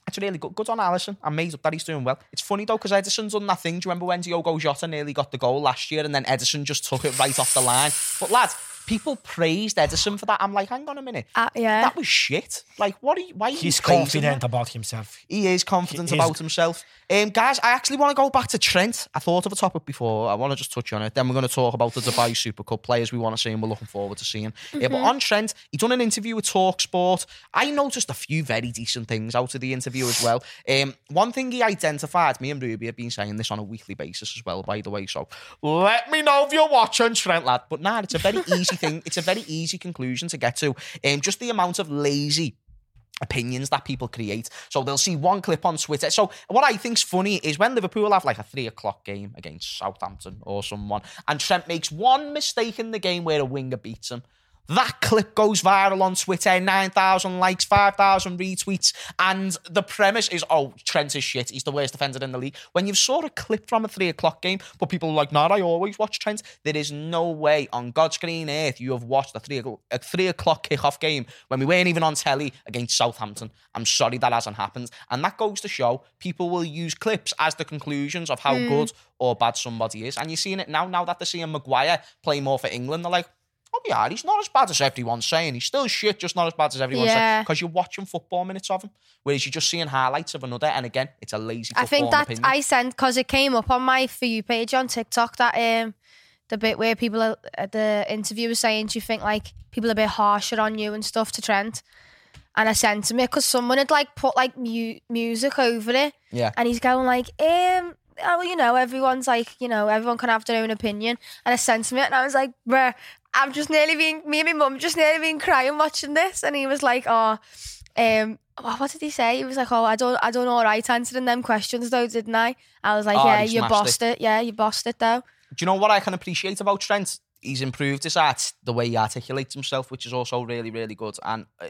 D: It's really good. Good on Allison. I'm made up that he's doing well. It's funny though, because Edison's done that thing. Do you remember when Diogo Jota nearly got the goal last year and then Edison just took it right off the line? But lads, people praised Edison for that. I'm like, hang on a minute.
F: Uh, yeah.
D: That was shit. Like, what are you, why are you
E: He's
D: praising
E: confident
D: that?
E: about himself.
D: He is confident
E: He is-
D: about himself. Um, guys, I actually want to go back to Trent. I thought of a topic before. I want to just touch on it. Then we're going to talk about the Dubai Super Cup players we want to see and we're looking forward to seeing. Yeah, but on Trent, he done an interview with Talksport. I noticed a few very decent things out of the interview as well. Um, one thing he identified, me and Ruby have been saying this on a weekly basis as well, by the way. So let me know if you're watching, Trent lad. But nah, it's a very easy thing. It's a very easy conclusion to get to. Um, just the amount of lazy opinions that people create. So they'll see one clip on Twitter. So what I think's funny is when Liverpool have like a three o'clock game against Southampton or someone, and Trent makes one mistake in the game where a winger beats him. That clip goes viral on Twitter, 9,000 likes, 5,000 retweets, and the premise is, oh, Trent is shit, he's the worst defender in the league. When you've saw a clip from a three o'clock game, but people are like, nah, I always watch Trent, there is no way on God's green earth you have watched a three, o- a three o'clock kickoff game when we weren't even on telly against Southampton. I'm sorry that hasn't happened. And that goes to show people will use clips as the conclusions of
F: Hmm.
D: how good or bad somebody is. And you're seeing it now, now that they're seeing Maguire play more for England, they're like, oh yeah, he's not as bad as everyone's saying. He's still shit, just not as bad as everyone's saying.
F: Yeah.
D: Because you're watching football minutes of him, whereas you're just seeing highlights of another. And again, it's a lazy
F: I think
D: football
F: that
D: opinion.
F: I sent because it came up on my for you page on TikTok that um the bit where people are, uh, the interview was saying do you think like people are a bit harsher on you and stuff to Trent, and I sent him it because someone had like put like mu- music over it
D: yeah.
F: and he's going like um. Oh, you know, everyone's like, you know, everyone can have their own opinion. And I sent him it, and I was like, bruh, I'm just nearly being, me and my mum just nearly been crying watching this. And he was like, oh, um, oh, what did he say? He was like, oh, I don't, I don't all right answering them questions though, didn't I? I was like,
D: Oh,
F: yeah,
D: he
F: you
D: smashed
F: bossed it. Yeah, you bossed it though.
D: do you know what I can appreciate about Trent? He's improved his art, the way he articulates himself, which is also really, really good. And uh,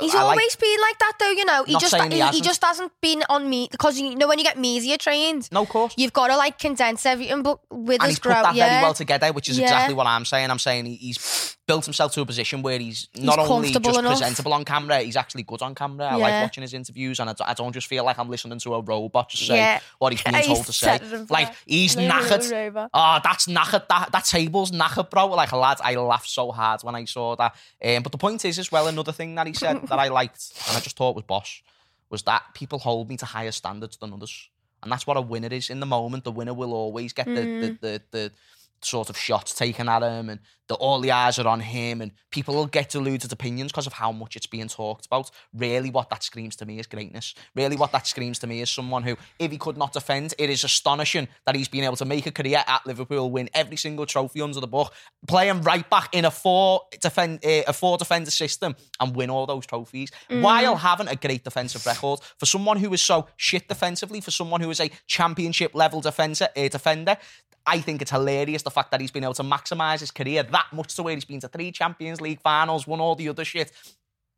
F: He's
D: I like-
F: always been like that, though. You know, he
D: Not
F: just
D: saying he
F: he, he
D: hasn't.
F: just hasn't been on me because you know when you get media trained,
D: No, of course.
F: you've got to like condense everything. But with
D: and
F: his
D: he's
F: grow,
D: put that
F: yeah,
D: very well together, which is
F: Yeah.
D: exactly what I'm saying. I'm saying he- he's built himself to a position where he's not only just
F: comfortable enough.
D: presentable on camera, he's actually good on camera. I
F: Yeah.
D: like watching his interviews, and I, d- I don't just feel like I'm listening to a robot just say
F: Yeah.
D: what he's being
F: He's
D: told to say.
F: setting him for
D: Like
F: that.
D: he's
F: Little
D: knackered.
F: robot.
D: Oh, that's knackered. That that table's knackered, bro. Like lad, I laughed so hard when I saw that. Um, but the point is, as well, another thing that he said that I liked, and I just thought was boss, was that people hold me to higher standards than others. And that's what a winner is in the moment. The winner will always get the, the, the, the sort of shots taken at him, and the, all the eyes are on him, and people will get deluded opinions because of how much it's being talked about. Really, what that screams to me is greatness. Really, what that screams to me is someone who, if he could not defend, it is astonishing that he's been able to make a career at Liverpool, win every single trophy under the book, playing right back in a four defend uh, a four defender system, and win all those trophies while having a great defensive record. For someone who is so shit defensively, for someone who is a championship level defender, uh, defender, I think it's hilarious the fact that he's been able to maximise his career that much to where he's been to three Champions League finals, won all the other shit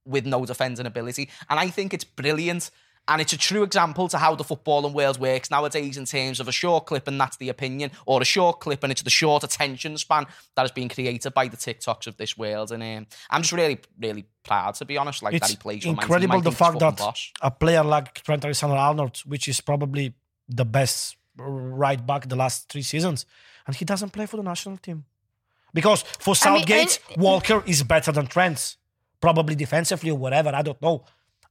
D: with no defending ability. And I think it's brilliant. And it's a true example to how the footballing world works nowadays in terms of a short clip and that's the opinion, or a short clip and it's the short attention span that has been created by the TikToks of this world. And um, I'm just really, really proud, to be honest, like that
E: it's
D: he plays for Man City.
E: incredible
D: I
E: the
D: think he's
E: fact
D: fucking
E: that
D: boss.
E: a player like Trent Alexander-Arnold, which is probably the best right back the last three seasons, and he doesn't play for the national team because for
F: I mean,
E: Southgate,
F: and-
E: Walker is better than Trent, probably defensively or whatever. I don't know.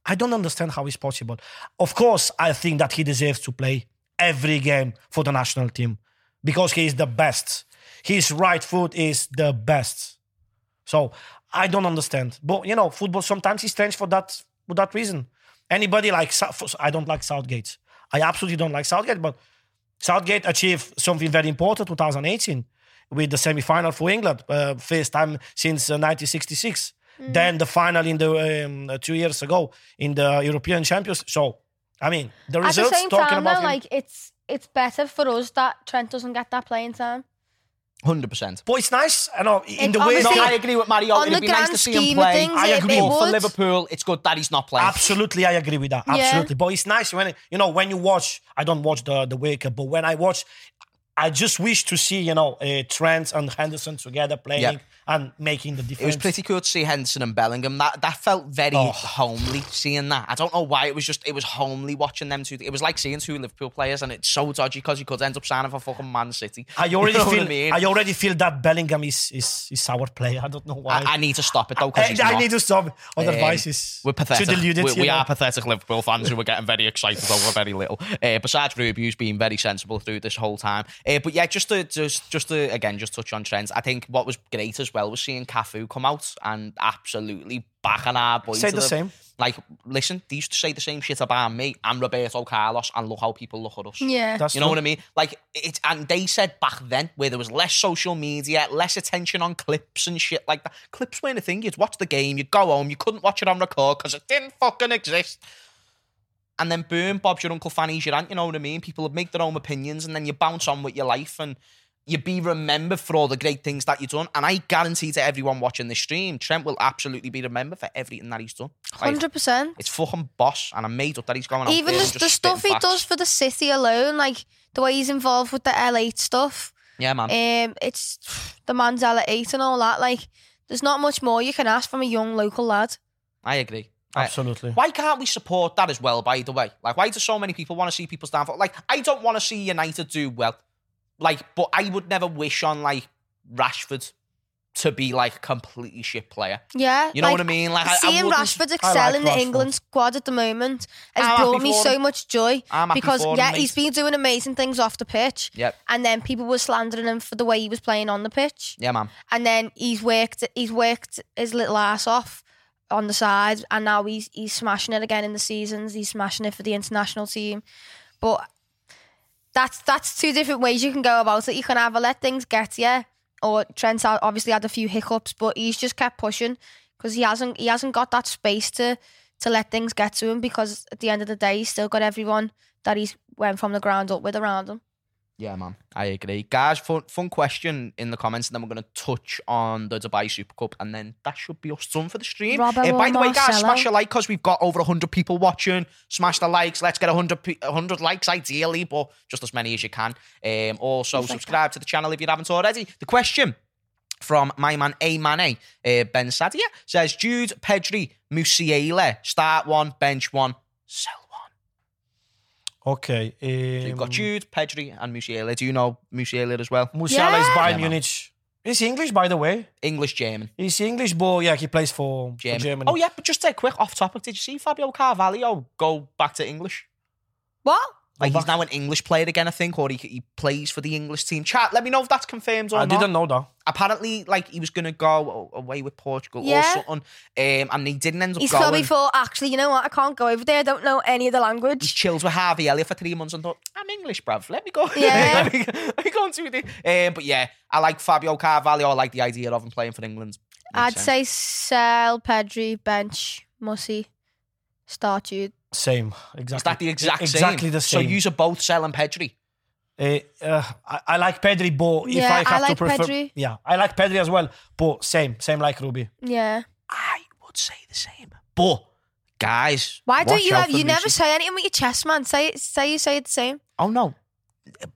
E: I don't understand how it's possible. Of course, I think that he deserves to play every game for the national team because he is the best. His right foot is the best. So I don't understand. But you know, football sometimes is strange for that for that reason. Anybody like Sou- for- I don't like Southgate. I absolutely don't like Southgate, but Southgate achieved something very important 2018 with the semi-final for England, uh, first time since uh, 1966.
F: Mm.
E: Then the final in the um, uh, two years ago in the European Champions. So, I mean, the
F: At the
E: results
F: same
E: talking
F: time,
E: about
F: though,
E: him.
F: like it's it's better for us that Trent doesn't get that playing time.
D: 100%.
E: but it's nice. I know in
F: It-
E: the way
F: obviously-
E: that
D: No,
F: See,
D: I agree with Mario.
F: on
D: It'd
F: the
D: be nice
F: grand
D: to see him
F: scheme of
D: play.
F: things,
E: I
F: it-
E: agree.
F: it
E: But
D: But for
F: would.
D: Liverpool, it's good that he's not playing.
E: Absolutely, I agree with that.
F: Yeah.
E: Absolutely, but it's nice when you know when you watch. I don't watch the the Wake Up, but when I watch, I just wish to see you know uh, Trent and Henderson together playing
D: Yeah.
E: and Oh. making the
D: It
E: difference.
D: was pretty cool to see Henderson and Bellingham. That that felt very homely seeing that. I don't know why it was just it was homely watching them two. It was like seeing two Liverpool players, and it's so dodgy because you could end up signing for fucking Man City.
E: I already
D: You know what
E: feel.
D: I
E: I,
D: mean?
E: already feel that Bellingham is is is our player. I don't know why.
D: I, I need to stop it though
E: I-
D: because
E: I need to stop. Otherwise,
D: Um,
E: it's
D: we're pathetic.
E: Too deluded.
D: we
E: you
D: we
E: know.
D: are pathetic Liverpool fans who are getting very excited over very little. Uh, besides Rubio's being very sensible through this whole time, uh, but yeah, just to just just to again just touch on trends. I think what was great as well was seeing Cafu come out and absolutely back on our boy.
E: Say
D: to
E: the same.
D: Like, listen, they used to say the same shit about me and Roberto Carlos, and look how people look at us.
F: Yeah,
E: That's
D: You know
E: true.
D: what I mean? Like it's and they said back then where there was less social media, less attention on clips and shit like that. Clips weren't a thing. You'd watch the game, you'd go home, you couldn't watch it on record because it didn't fucking exist. And then boom, Bob's your uncle Fanny's your aunt, you know what I mean? People would make their own opinions and then you bounce on with your life and you be remembered for all the great things that you've done. And I guarantee to everyone watching this stream, Trent will absolutely be remembered for everything that he's done. Like,
F: hundred percent.
D: it's fucking boss, and I'm made up that he's going out
F: Even
D: there
F: the,
D: and
F: the
D: just
F: stuff
D: spitting
F: he
D: facts.
F: does for the city alone, like the way he's involved with the L8 stuff,
D: Yeah, man.
F: um, it's the man's L8 and all that. Like, there's not much more you can ask from a young local lad.
D: I agree. I-
E: Absolutely.
D: Why can't we support that as well, by the way? Like, why do so many people want to see people stand for? Like, I don't want to see United do well. Like, but I would never wish on, like, Rashford to be, like, a completely shit player.
F: Yeah,
D: You know
F: like,
D: what I mean? Like, I, I
F: Seeing
D: wouldn't-
F: Rashford excel in the
E: Rashford.
F: England squad at the moment has
D: I'm happy
F: brought me
D: for
F: so
D: him.
F: much joy
D: I'm happy
F: because
D: for him,
F: yeah,
D: mate.
F: he's been doing amazing things off the pitch.
D: Yep.
F: And then people were slandering him for the way he was playing on the pitch.
D: Yeah, man.
F: and then he's worked he's worked his little ass off on the side and now he's he's smashing it again in the seasons he's smashing it for the international team but that's that's two different ways you can go about it you can either let things get you or Trent had- obviously had a few hiccups but he's just kept pushing because he hasn't he hasn't got that space to to let things get to him because at the end of the day he's still got everyone that he's went from the ground up with around him
D: Yeah, man. I agree. Guys, fun, fun question in the comments, and then we're going to touch on the Dubai Super Cup, and then that should be us done for the stream.
F: Robbo
D: Uh, by
F: or
D: the way, guys,
F: Marcelo?
D: smash a like because we've got over 100 people watching. Smash the likes. Let's get 100, pe- 100 likes, ideally, but just as many as you can. Um, also, subscribe to the channel if you haven't already. The question from my man A Mane, uh, Ben Sadia, says Jude, Pedri, Musiala, start one, bench one, sell one.
E: Okay. Um,
D: So you've got Jude, Pedri, and Musiala. Do you know Musiala as well?
E: Musiala is
F: Yeah.
D: Yeah,
E: Bayern
D: man.
E: Munich. He's English, by the way.
D: English German.
E: He's English, but yeah, he plays for for Germany.
D: Germany. Oh yeah, but just a quick off topic. Did you see Fabio Carvalho go back to English?
F: What?
D: Like he's
E: back-
D: now an English player again, I think, or he, he plays for the English team. Chat, let me know if that's confirmed or
E: I
D: not.
E: didn't know that.
D: Apparently, like he was gonna go a- away with Portugal or
F: Yeah.
D: something, um, and he didn't end up
F: He's
D: going.
F: probably thought, actually, you know what? I can't go over there. I don't know any of the
D: He
F: language.
D: chilled with Harvey Elliott for three months and thought, I'm English, bruv. Let me go.
F: Yeah.
D: let, me, let me go and do this. Um, but yeah, I like Fabio Carvalho. I like the idea of him playing for England. Makes
F: I'd
D: sense.
F: say sell Pedri, bench, Mussy, start Jude.
E: Same. Exactly.
D: Is that the exact same?
E: Exactly the same.
D: So you are both selling Pedri.
E: Eh, uh, I, I like Pedri, but if
F: Yeah,
E: I have
F: I
E: to
F: like
E: prefer,
F: Pedri.
E: yeah, I like Pedri as well. But same, same like Ruby.
F: Yeah.
D: I would say the same. But guys,
F: Why don't
D: watch
F: you
D: out
F: have,
D: for
F: you never
D: Musa.
F: say anything with your chest, man. Say it, say you say it the same.
D: Oh no,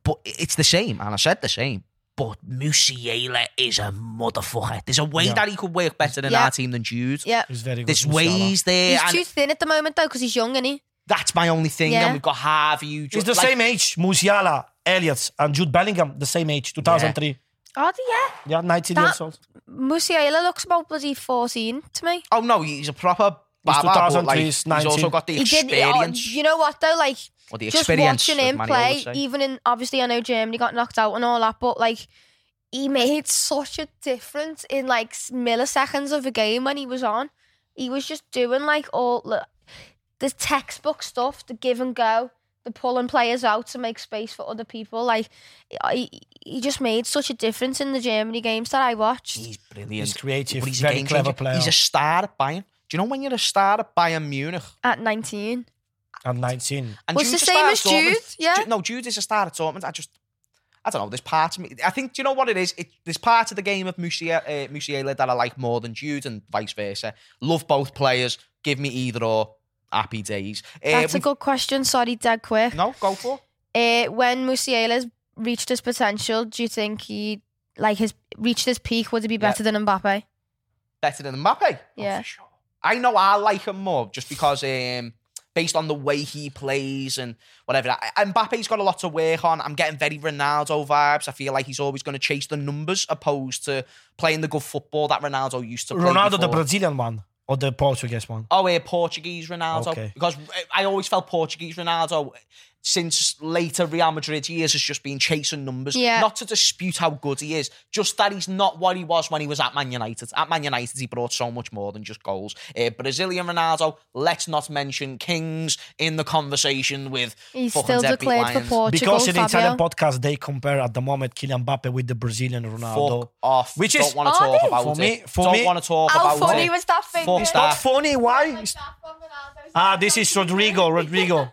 D: but it's the same, and I said the same. But Musiala is a motherfucker. There's a way
E: Yeah.
D: that he could work better in
F: Yeah.
D: our team than Jude.
F: Yeah.
E: He's very good.
D: There's
E: Musiala.
D: ways there,
F: He's
D: and
F: too thin at the moment, though, because he's young, isn't he?
D: that's my only thing.
F: Yeah.
D: And we've got Harvey. You
E: It's the same age. Musiala, Elliott, and Jude Bellingham, the same age, 2003.
F: Oh, yeah.
E: Yeah, 19
F: That-
E: years old.
F: Musiala looks about bloody 14 to me.
D: Oh no, he's a proper.
E: He's
D: Baba, but
E: 2003,
D: like,
E: he's
D: he's also
E: 19.
D: got the
F: He did. oh,
D: experience.
F: you know what, though? Like,
D: or the
F: just
D: experience,
F: watching
D: as
F: him
D: Manny
F: play,
D: always say.
F: even in obviously I know Germany got knocked out and all that, but like he made such a difference in like s- milliseconds of a game when he was on. He was just doing like all the, the textbook stuff, the give and go, the pulling players out to make space for other people. Like he, he just made such a difference in the Germany games that I watched.
D: He's brilliant.
E: He's creative,
D: But he's a
E: very
D: game
E: clever
D: changer.
E: player.
D: He's a star at Bayern. Do you know when you're a star at Bayern Munich?
F: At 19,
E: And 19.
D: And
F: Well, it's
D: Jude's
F: the
D: a star
F: same
D: at
F: as
D: Dortmund.
F: Jude, yeah.
D: Ju- No, Jude is a star at Dortmund. I just, I don't know. There's part of me. I think. Do you know what it is? It, there's part of the game of Musiala, uh, Musiala that I like more than Jude, and vice versa. Love both players. Give me either or. Happy days. Uh,
F: that's a
D: we've-
F: good question. Sorry, dead quick.
D: No, go for. it.
F: uh, when Musiala's reached his potential, do you think he like his reached his peak? Would it be better than Mbappe?
D: Better than Mbappe.
F: Yeah.
D: Oh, for sure. I know I like him more just because. Um, Based on the way he plays and whatever. I- Mbappe's got a lot to work on. I'm getting very Ronaldo vibes. I feel like he's always going to chase the numbers opposed to playing the good football that Ronaldo used to play.
E: Ronaldo, the
D: before.
E: Brazilian one, or the Portuguese one?
D: Oh, yeah, Portuguese Ronaldo.
E: Okay.
D: Because I always felt Portuguese Ronaldo since later Real Madrid years has just been chasing numbers.
F: Yeah.
D: Not to dispute how good he is, just that he's not what he was when he was at Man United. At Man United, he brought so much more than just goals. Uh, Brazilian Ronaldo, let's not mention Kings in the conversation with
F: He's
D: fucking
F: still
D: deadbeat
F: declared for
D: Lions.
F: Portugal.
E: Because in the Italian
F: Oh, Fabio.
E: podcast, they compare at the moment Kylian Mbappe with the Brazilian Ronaldo.
D: Fuck off.
E: Which
D: don't
E: is-
D: want to
F: Are
D: talk
F: they?
D: about
E: For
D: it.
E: me- for
D: don't
E: me-
D: want to talk
F: How
D: about
F: funny
D: it.
F: was that figure?
D: Fuck
E: Not
D: that.
E: funny. Why? It's- Ah, this is Rodrigo. Rodrigo.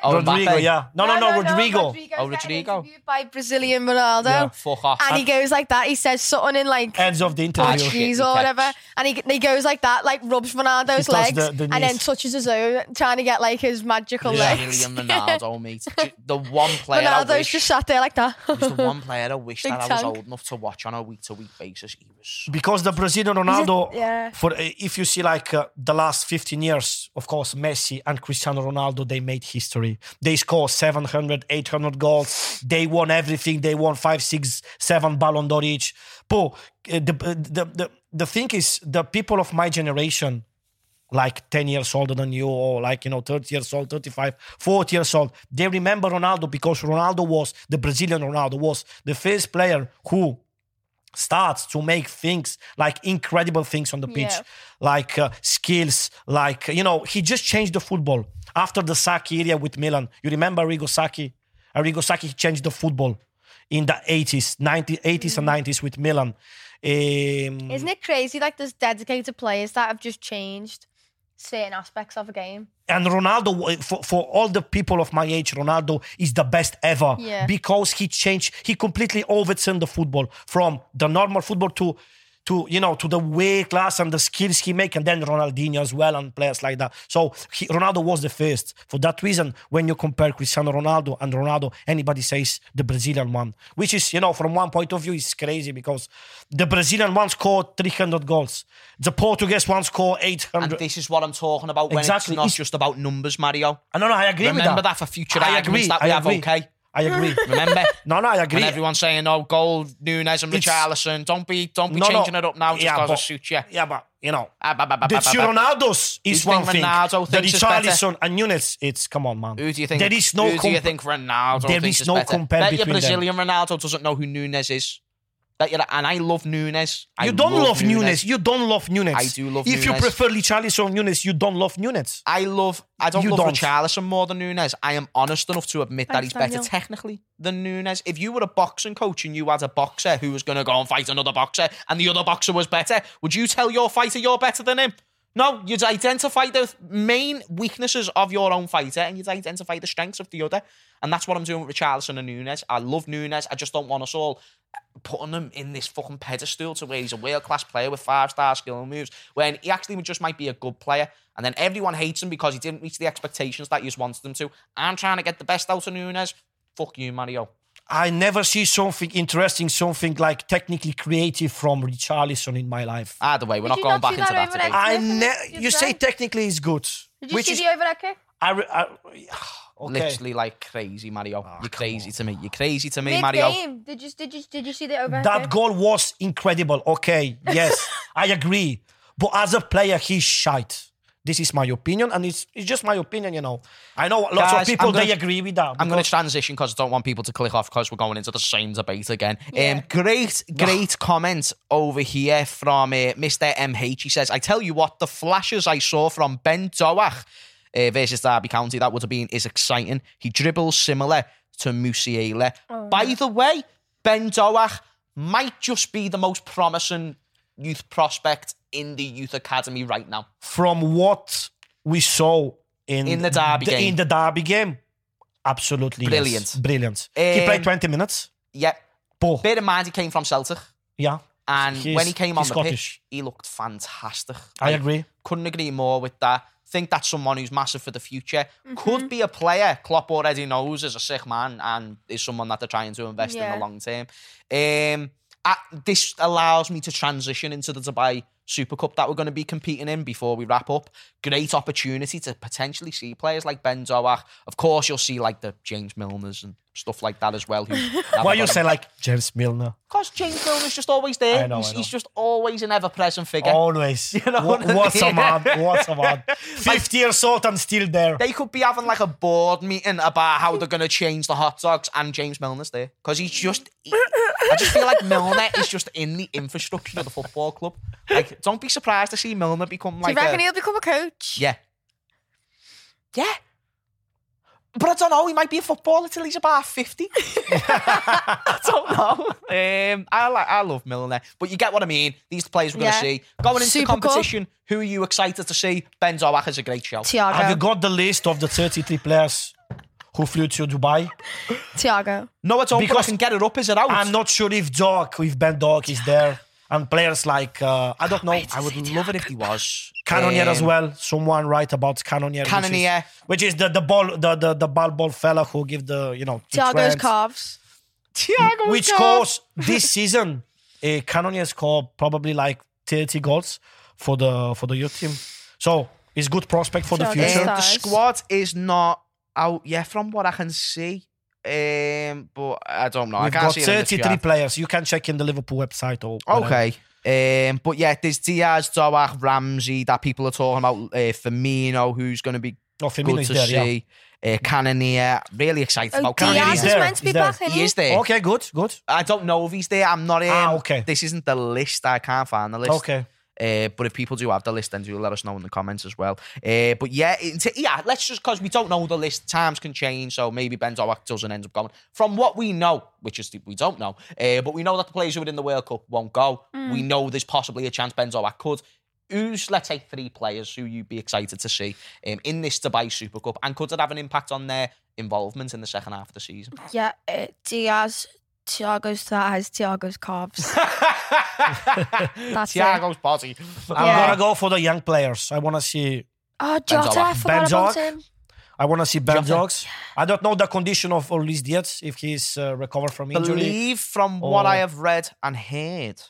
D: Oh,
E: Rodrigo.
D: Mbappe.
E: Yeah. No, no, no. Rodrigo.
D: Oh, Rodrigo.
F: interviewed By Brazilian Ronaldo.
E: Yeah.
D: Fuck off.
F: And he goes like that. He says something in like
E: Ends of the
D: Ah,
E: interview.
D: shit.
F: trees
D: he
F: or
D: catch.
F: whatever. And he, he goes like that, like rubs Ronaldo's
E: He does
F: legs
E: the- the
F: and then
E: knees.
F: touches his own, trying to get like his magical
E: Yeah.
F: legs.
D: Brazilian Ronaldo, mate. Ju- The one player I
F: Ronaldo's
D: wish
F: just sat there like that.
D: was the one player I wish
F: Big
D: that I was
F: tank.
D: old enough to watch on a week to week basis. He was so
E: because the Brazilian Ronaldo,
F: yeah.
E: for if you see like uh, the last 15 years, of course, Messi and Cristiano Ronaldo, they made history. They scored 700, 800 goals. They won everything. They won five, six, seven Ballon d'Or each. But uh, the, the, the, the thing is, the people of my generation, like 10 years older than you or like you know 30 years old 35 40 years old they remember ronaldo because ronaldo was the brazilian ronaldo was the first player who starts to make things like incredible things on the pitch
F: Yeah.
E: like uh, skills like you know he just changed the football after the saki area with milan you remember rigo saki rigo saki changed the football in the 80s 90s 80s and 90s with milan um,
D: Mm.
F: Isn't it crazy? Like there's dedicated players that have just changed certain aspects of a game.
E: and Ronaldo, for, for all the people of my age, Ronaldo is the best ever
F: Yeah.
E: because he changed, he completely overturned the football from the normal football to, to you know, to the way class and the skills he make, and then Ronaldinho as well and players like that. So he, Ronaldo was the first. For that reason, when you compare Cristiano Ronaldo and Ronaldo, anybody says the Brazilian one, which is you know, from one point of view, is crazy because the Brazilian one scored 300 goals, the Portuguese one scored 800.
D: And this is what I'm talking about when
E: Exactly.
D: it's not
E: It's-
D: just about numbers, Mario.
E: I no, no, I agree with that.
D: Remember that for future arguments that we have, okay?
E: I agree.
D: Remember?
E: no, no, I agree.
D: And everyone's saying, "Oh, gold, Nunes, and
E: It's-
D: Richarlison." Don't be, don't be
E: no,
D: changing
E: no.
D: it up now just
E: Yeah,
D: because
E: but-
D: it suits you.
E: Yeah, but you know,
D: Ah, ba, ba, ba,
E: the
D: ba, ba, ba.
E: Ronaldo's is
D: You think
E: one thing.
D: Ronaldo
E: the
D: thinks is better?
E: Richarlison and Nunes, it's come on, man.
D: Who do you think?
E: There is no.
D: Who do you
E: compa-
D: think Ronaldo?
E: There
D: thinks
E: is
D: is
E: no
D: better?
E: compare
D: Bet your
E: between them.
D: Brazilian Ronaldo doesn't know who Nunes is. Bet you that- and I love Nunes. I
E: You don't love Nunes. You don't love Nunes.
D: I do love
E: If you
D: Nunes.
E: prefer Richarlison or Nunes, you don't love Nunes.
D: I love. I don't
E: You
D: love
E: don't.
D: Richarlison more than Nunes. I am honest enough to admit that
F: Thanks,
D: he's better
F: Daniel.
D: technically than Nunes. If you were a boxing coach and you had a boxer who was going to go and fight another boxer, and the other boxer was better, would you tell your fighter you're better than him? No, you'd identify the main weaknesses of your own fighter, and you'd identify the strengths of the other. And that's what I'm doing with Richarlison and Nunes. I love Nunes. I just don't want us all putting him in this fucking pedestal to where he's a world class player with five star skill and moves when he actually just might be a good player and then everyone hates him because he didn't reach the expectations that you just wanted him to. I'm trying to get the best out of Nunes. Fuck you, Mario.
E: I never see something interesting, something like technically creative from Richarlison in my life.
D: Either way, we're
F: Did
D: not
F: you
D: going
F: not
D: back
F: see
D: into
F: that
D: that
F: over
D: today.
F: there?
E: I
F: Listen,
E: ne-
F: it's
E: You say
F: right.
E: technically is good,
F: Did you
E: which
F: see
E: is
F: the overhead kick?
E: I, re- I, okay. Ah,
D: Literally like crazy, Mario. You're crazy to me. You're crazy to me,
F: Mid
D: Mario.
F: game, did you did you did you see the overhead
E: That
F: kick?
E: goal was incredible. Okay, yes, I agree. But as a player, he's shite. This is my opinion, and it's, it's just my opinion, you know. I know lots
D: Guys,
E: of people
D: I'm gonna-
E: they agree with that.
D: I'm going to
E: because-
D: transition because I don't want people to click off because we're going into the same debate again.
F: Yeah.
D: Um, great, great comment over here from uh, Mr. MH. He says, I tell you what, the flashes I saw from Ben Doach uh, versus Derby County, that would have been, is exciting. He dribbles similar to Musiala. By the way, Ben Doach might just be the most promising youth prospect in the youth academy right now.
E: from what we saw in
D: In the derby
E: the-
D: game.
E: in the derby game, absolutely yes.
D: Brilliant.
E: brilliant. he played
D: Um,
E: 20 minutes.
D: Yeah.
E: Poor.
D: Bear in mind, he came from Celtic.
E: yeah,
D: And
E: He's-
D: when he came on
E: he's
D: the
E: Scottish.
D: pitch, he looked fantastic.
E: I
D: Like,
E: agree.
D: Couldn't agree more with that. Think that's someone who's massive for the future. Could be a player Klopp already knows is a sick man and is someone that they're trying to invest in
F: Yeah.
D: the long term. Um, I- this allows me to transition into the Dubai Super Cup that we're going to be competing in before we wrap up. Great opportunity to potentially see players like Ben Zoach. Of course, you'll see like the James Milners and stuff like that as well. Who
E: Why you say like James Milner?
D: Because James Milner's just always there.
E: I know,
D: he's,
E: I know.
D: he's just always an ever-present figure.
E: Always. You
D: know what I
E: what's a
D: mean?
E: man? What's a man? 50 years old and still there.
D: They could be having like a board meeting about how they're going to change the hot dogs, and James Milner's there because he's just. he- I just feel like Milner is just in the infrastructure of the football club. Like, don't be surprised to see Milner become
F: Do
D: like.
F: you reckon
D: a-
F: he'll become a coach?
D: yeah, yeah. But I don't know. He might be a footballer till he's about fifty. I don't know. Um, I like. I love Milner, but you get what I mean. These players we're going
F: Yeah.
D: to see going into
F: Super
D: the
F: Cup.
D: competition. Who are you excited to see? Ben Zoak is a great show.
E: Have you
F: Tiago.
E: got the list of the 33 players who flew to Dubai?
F: Tiago.
D: No, it's open.
E: Because-
D: I can get it up. Is it out?
E: I'm not sure if Dog, if Ben Dog is there, and players like uh, I don't know.
D: I would love it if he was.
E: Cannonier as
D: Um,
E: well. Someone write about Cannonier. which is-
D: Cannonier.
E: which is, the the ball the the, the ball ball fella who give the you know to
F: Tiago's
E: Trent,
F: calves.
D: Thiago
E: which
D: Silva.
E: scores this season. Uh, Cannonier scored probably like 30 goals for the for the youth team. So it's good prospect for the
F: Thiago
E: future.
D: Um,
F: Silva.
D: the squad is not out yet, from what I can see. Um, but I don't know. I
E: We've
D: can't
E: got
D: see it in the
E: 33
D: chat.
E: players. You can check in the Liverpool website or whatever.
D: Okay. Um, but yeah, there's Diaz, Doak, Ramsey that people are talking about. Uh, Firmino, who's going to be
E: No, Oh, Firmino
D: good
E: is
D: to
E: there. yeah.
D: see. Uh, Cannonier, really excited
F: Oh,
D: about
E: Cannonier
F: Diaz
E: he's
F: is
D: Cannonier.
E: there,
F: meant to be
E: he's there.
F: back, isn't
D: He is there.
E: Okay, good, good.
D: I don't know if he's there. I'm not in.
E: Ah, okay.
D: This isn't the list. I can't find the list.
E: Okay.
D: Uh, but if people do have the list, then do let us know in the comments as well. Uh, but yeah, it, yeah, let's just because we don't know the list, times can change, so maybe Ben Doak doesn't end up going. From what we know, which is we don't
F: Mm.
D: know, uh, but we know that the players who were in the World Cup won't go. We know there's possibly a chance Ben Doak could. who's let's say three players who you'd be excited to see um, in this Dubai Super Cup, and could it have an impact on their involvement in the second half of the season?
F: Yeah, uh, Diaz, Thiago's thighs, Thiago's calves. That's it.
D: Thiago's body.
E: I'm
F: Yeah.
E: gonna go for the young players. I wanna see
F: Oh, Jota, I
D: Benzoa.
F: forgot about
E: Benzoa.
F: him.
E: I wanna see Ben
D: Jota.
E: Jogs. I don't know the condition of Luis Diaz if he's uh, recovered from injury.
D: Believe from what
E: or-
D: I have read and heard,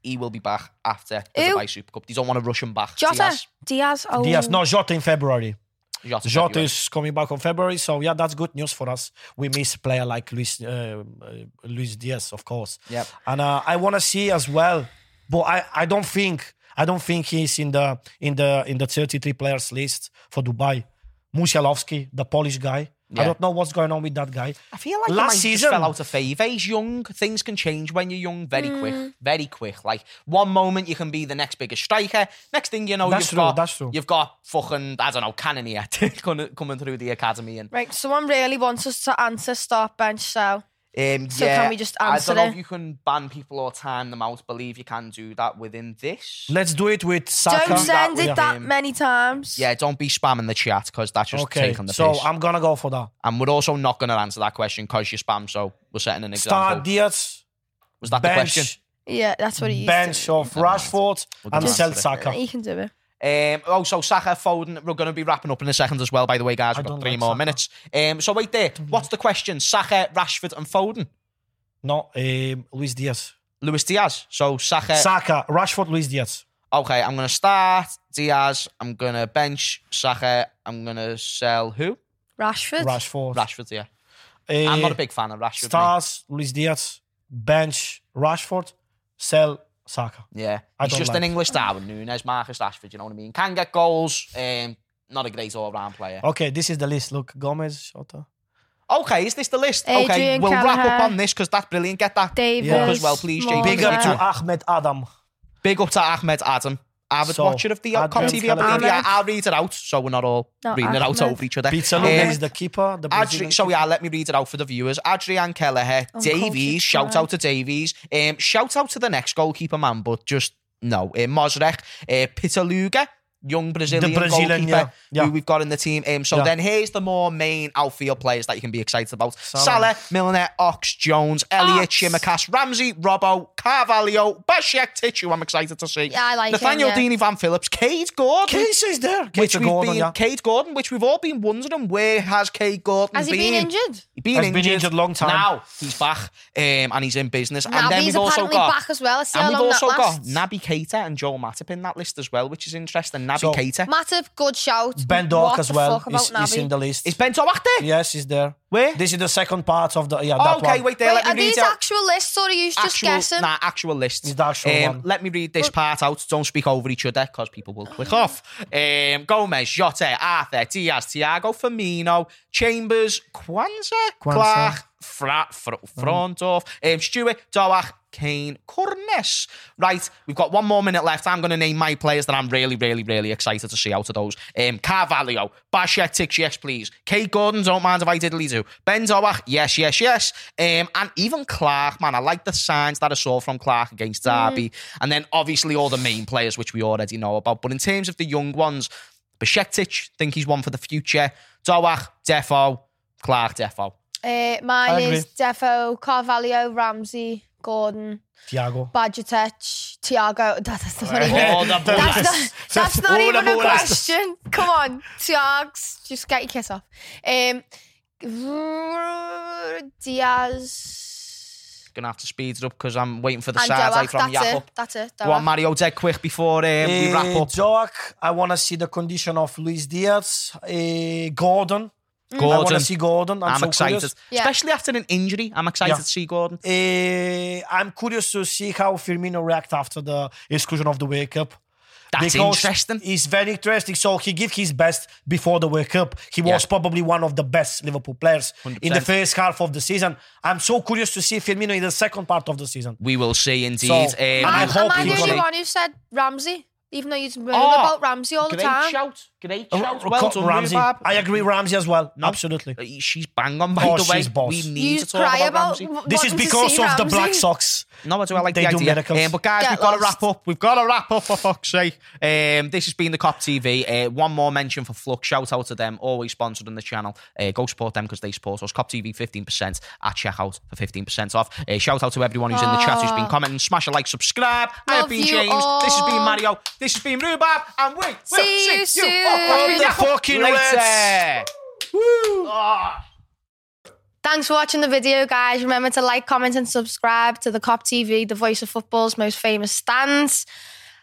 D: he will be back after the
F: Who?
D: Dubai Super Cup. They don't want to rush him back.
F: Jota,
D: Diaz.
F: Diaz. oh.
E: Diaz, no Jota in February.
D: Jota,
E: Jota
D: February.
E: is coming back on February, so yeah, that's good news for us. We miss a player like Luis uh, uh, Luis Diaz, of course.
D: Yep.
E: And uh, I want to see as well, but I, I don't think I don't think he's in the in the in the 33 players list for Dubai. Musialowski, the Polish guy.
D: Yeah.
E: I don't know what's going on with that guy.
D: I feel like
E: Last
D: last season
E: season-
D: fell out of favour. He's young. Things can change when you're young very
E: Hmm.
D: quick, very quick. Like one moment you can be the next biggest striker. Next thing you know,
E: That's
D: you've
E: true,
D: got
E: that's true.
D: you've got fucking I don't know cannon yet coming coming through the academy and
F: Right, someone really wants us to answer start bench, so
D: Um,
F: So
D: yeah,
F: can we just
D: I
F: answer
D: don't know
F: it?
D: if you can ban people or time them out. Believe you can do that within this.
E: Let's do it with Saka.
F: don't send
D: that
F: it
D: with
F: that
D: him.
F: many times.
D: yeah, don't be spamming the chat because that's just
E: Okay,
D: taking the
E: so
D: piss.
E: I'm gonna go for that.
D: and we're also not going to answer that question because you spam. So we're setting an example.
E: Start Diaz,
D: Was that the
E: bench,
F: yeah, that's what he used
E: bench
F: to.
E: of Rashford,
D: gonna
E: and sell
D: answer it.
E: Saka.
F: He can do it.
D: question? Um, oh, so Saka, Foden. We're going to be wrapping up in a second as well. By the way, guys,
E: I
D: we've got
E: don't
D: three
E: like
D: more
E: Saka.
D: minutes. Um, so wait there. What's the question? Saka, Rashford, and Foden.
E: No, um, Luis Diaz.
D: Luis Diaz. So Saka.
E: Saka, Rashford, Luis Diaz.
D: okay, I'm going to start Diaz. I'm going to bench Saka. I'm going to sell who?
F: Rashford.
E: Rashford.
D: Rashford. Yeah.
E: Eh,
D: I'm not a big fan of Rashford. mate.
E: Stars, Luis Diaz, bench, Rashford, sell, Saka.
D: Yeah,
E: I
D: he's
E: don't
D: just an
E: like-
D: English Darwin Nunes, Marcus Rashford. You know what I mean? Can get goals. Um, not a great all-round player.
E: Okay, this is the list. Look, Gomez, Jota.
D: Oh. Okay, is this the list? okay,
F: Adrian
D: we'll wrap
F: Callagher.
D: up on this because that's brilliant. Get that
F: Davis.
D: book as well, please, JP.
F: Morgan.
E: Big up to
D: Yeah.
E: Ahmed Adam.
D: Big up to Ahmed Adam. Avid
E: So,
D: watcher of the uh, Com
E: Adrian
D: TV, I believe.
F: Callagher.
D: Yeah, I'll read it out so we're not all
F: No,
D: reading it out
F: Ahmed.
D: over each other.
E: Pizza
D: Um,
E: Luke is the keeper. The
D: Adri-
E: Brazilian
D: so yeah, let me read it out for the viewers. Adrian Kelleher,
F: Uncultured
D: Davies, shout
F: guy.
D: out to Davies. Um, shout out to the next goalkeeper man, but just no. Uh, Mozrek, uh, Pitaluga, young Brazilian,
E: Brazilian,
D: goalkeeper
E: yeah, yeah.
D: who we've got in the team. Um, so
E: Yeah.
D: then here's the more main outfield players that you can be excited about. Salah,
E: Salah.
D: Milner, Ox, Jones, Elliot,
F: Ox.
D: Chimakas, Ramsey, Robbo, Carvalho, Bashek, Tichu, I'm excited to see.
F: Yeah, I like him,
D: Nathaniel
F: yeah.
D: Deeney, Van Phillips, Cade Gordon.
E: Case is there.
D: Which
E: Case
D: we've
E: Gordon,
D: been,
E: yeah.
D: Cade Gordon, which we've all been wondering where has Cade Gordon
F: Has he been injured?
D: He's been,
E: Has been
D: injured.
E: injured long time.
D: Now he's back um, and he's in business.
F: Nah,
D: and
F: but
D: then
F: he's
D: we've also
F: apparently
D: got
F: back as well. Let's see
D: and
F: how
D: we've
F: long
D: also
F: that
D: got
F: lasts.
D: Naby Keita and Joel Matip in that list as well, which is interesting. Naby
E: So-
D: Keita.
F: Matip, good shout.
E: Ben
F: What
E: Dork as
F: the
E: well.
F: fuck about
E: Is, is
F: Naby?
E: in the list.
D: Is Ben Tomac there?
E: yes, he's there.
D: Where?
E: This is the second part of the. Yeah, that
D: okay,
E: one.
D: wait there.
F: Wait,
D: let
F: are
D: me read
F: these
D: out.
F: actual lists or are you just
D: actual,
F: guessing?
D: Nah, actual lists.
E: It's the actual
D: Um,
E: one.
D: Let me read this part out. Don't speak over each other because people will click off. Um, Gomez, Jota, Arthur, Diaz, Thiago, Firmino, Chambers, Kwanzaa, Clark, Fra, Fra, Frontoff, um, Stewart, Doak, Kane, Cornes. Right, we've got one more minute left. I'm going to name my players that I'm really, really, really excited to see out of those. Um, Carvalho, Bashet, Tix, yes, please. Kate Gordon, don't mind if I diddly do. Ben Doak, yes, yes, yes. Um, and even Clark, man, I like the signs that I saw from Clark against Derby. And then obviously all the main players, which we already know about. But in terms of the young ones, Bashetic, think he's one for the future. Doak, Defo, Clark, Defo.
F: Uh,
E: I
F: mine
E: agree.
F: is Defo, Carvalho, Ramsey, Gordon,
E: Thiago.
F: Badgetech, Tiago. That's not
D: All
F: even.
D: the
F: That's
D: bullets.
F: not, that's not
D: All
F: even
D: the
F: a
D: bullets.
F: question. Come on, Tiags, just get your kiss off. Um, Diaz
D: Gonna have to speed it up because I'm waiting for the
F: and
D: side eye
F: Doak.
D: from
F: That's
D: Yahoo.
F: it. That's it.
D: Go on,
F: Doak.
D: Mario, dead quick before um, we wrap
E: Eh,
D: up.
E: Joak, I want to see the condition of Luis Diaz. Eh, Gordon. I want
D: Gordon.
E: to see Gordon. I'm,
D: I'm,
E: so
D: excited,
E: Curious.
F: Yeah.
D: especially after an injury. I'm excited
E: Yeah.
D: to see Gordon.
E: Eh, I'm curious to see how Firmino react after the exclusion of the World Cup.
D: That's
E: Because
D: interesting.
E: It's very interesting. So he gave his best before the World Cup. He was
D: Yeah.
E: probably one of the best Liverpool players in the
D: 100%.
E: first half of the season. I'm so curious to see Firmino in the second part of the season.
D: We will see indeed.
E: So,
D: um,
F: Am
E: and I
F: I, am
E: hope
F: I
E: he's
F: the only
E: gonna-
F: one who said Ramsey? Even though you moan
D: Oh,
F: about Ramsey all the
D: Great
F: time.
D: shout. Great shout.
E: R-
D: Well
E: R-
D: done,
E: Ramsey.
D: Rhubarb.
E: I agree, Ramsey as well. Absolutely.
D: Uh, She's bang on, by
E: Oh,
D: the way.
E: she's boss.
D: We need
F: You
D: to talk
F: cry
D: about,
F: about
D: Ramsey.
F: w-
E: This is
F: wanting to
E: because
F: see
E: of the
F: Ramsey.
E: Black Sox.
D: No, I do. I like
E: They
D: the
E: do
D: idea.
E: miracles.
D: Um, but guys,
F: Get
D: we've got to wrap
F: lost.
D: up. We've got to wrap up for fuck's sake. Um, this has been the Cop TV. Uh, one more mention for Flux. Shout out to them. Always sponsored on the channel. Uh, go support them because they support us. Cop TV 15% at checkout for 15% off. Uh, shout out to everyone who's in the chat who's been commenting. Smash a like, subscribe. I have
F: Love
D: been
F: you
D: James. This has been
F: all.
D: Mario. This has been Rhubarb. And we will
F: See
D: see
F: you
D: you
F: soon.
D: fucking
F: On the
B: fucking
D: later.
B: Reds.
F: Thanks for watching the video, guys. Remember to like, comment, and subscribe to the Cop TV, the voice of football's most famous stands,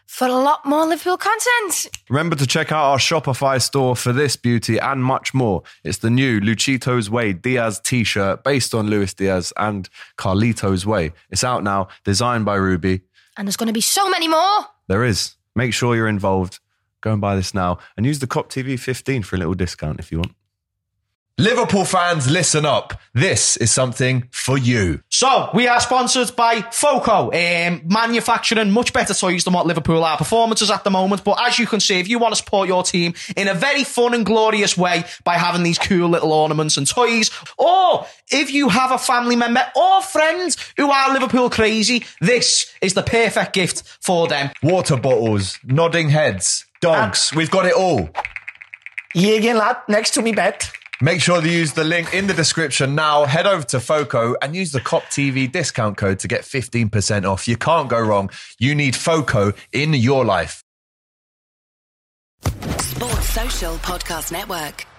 F: for a lot more Liverpool content.
B: Remember to check out our Shopify store for this beauty and much more. It's the new Luchito's Way Diaz t shirt based on Luis Diaz and Carlito's Way. It's out now, designed by Ruby.
F: And there's going to be so many more.
B: There is. Make sure you're involved. Go and buy this now and use the Cop TV 15 for a little discount if you want. Liverpool fans, listen up. This is something for you.
D: So we are sponsored by Foco, um, manufacturing much better toys than what Liverpool are performances at the moment. But as you can see, if you want to support your team in a very fun and glorious way by having these cool little ornaments and toys, or if you have a family member or friends who are Liverpool crazy, this is the perfect gift for them.
B: Water bottles, nodding heads, dogs. We've got it all.
E: Jägen lad next to me bed.
B: Make sure to use the link in the description now. Head over to FOCO and use the COP TV discount code to get 15% off. You can't go wrong. You need FOCO in your life.
A: Sports Social Podcast Network.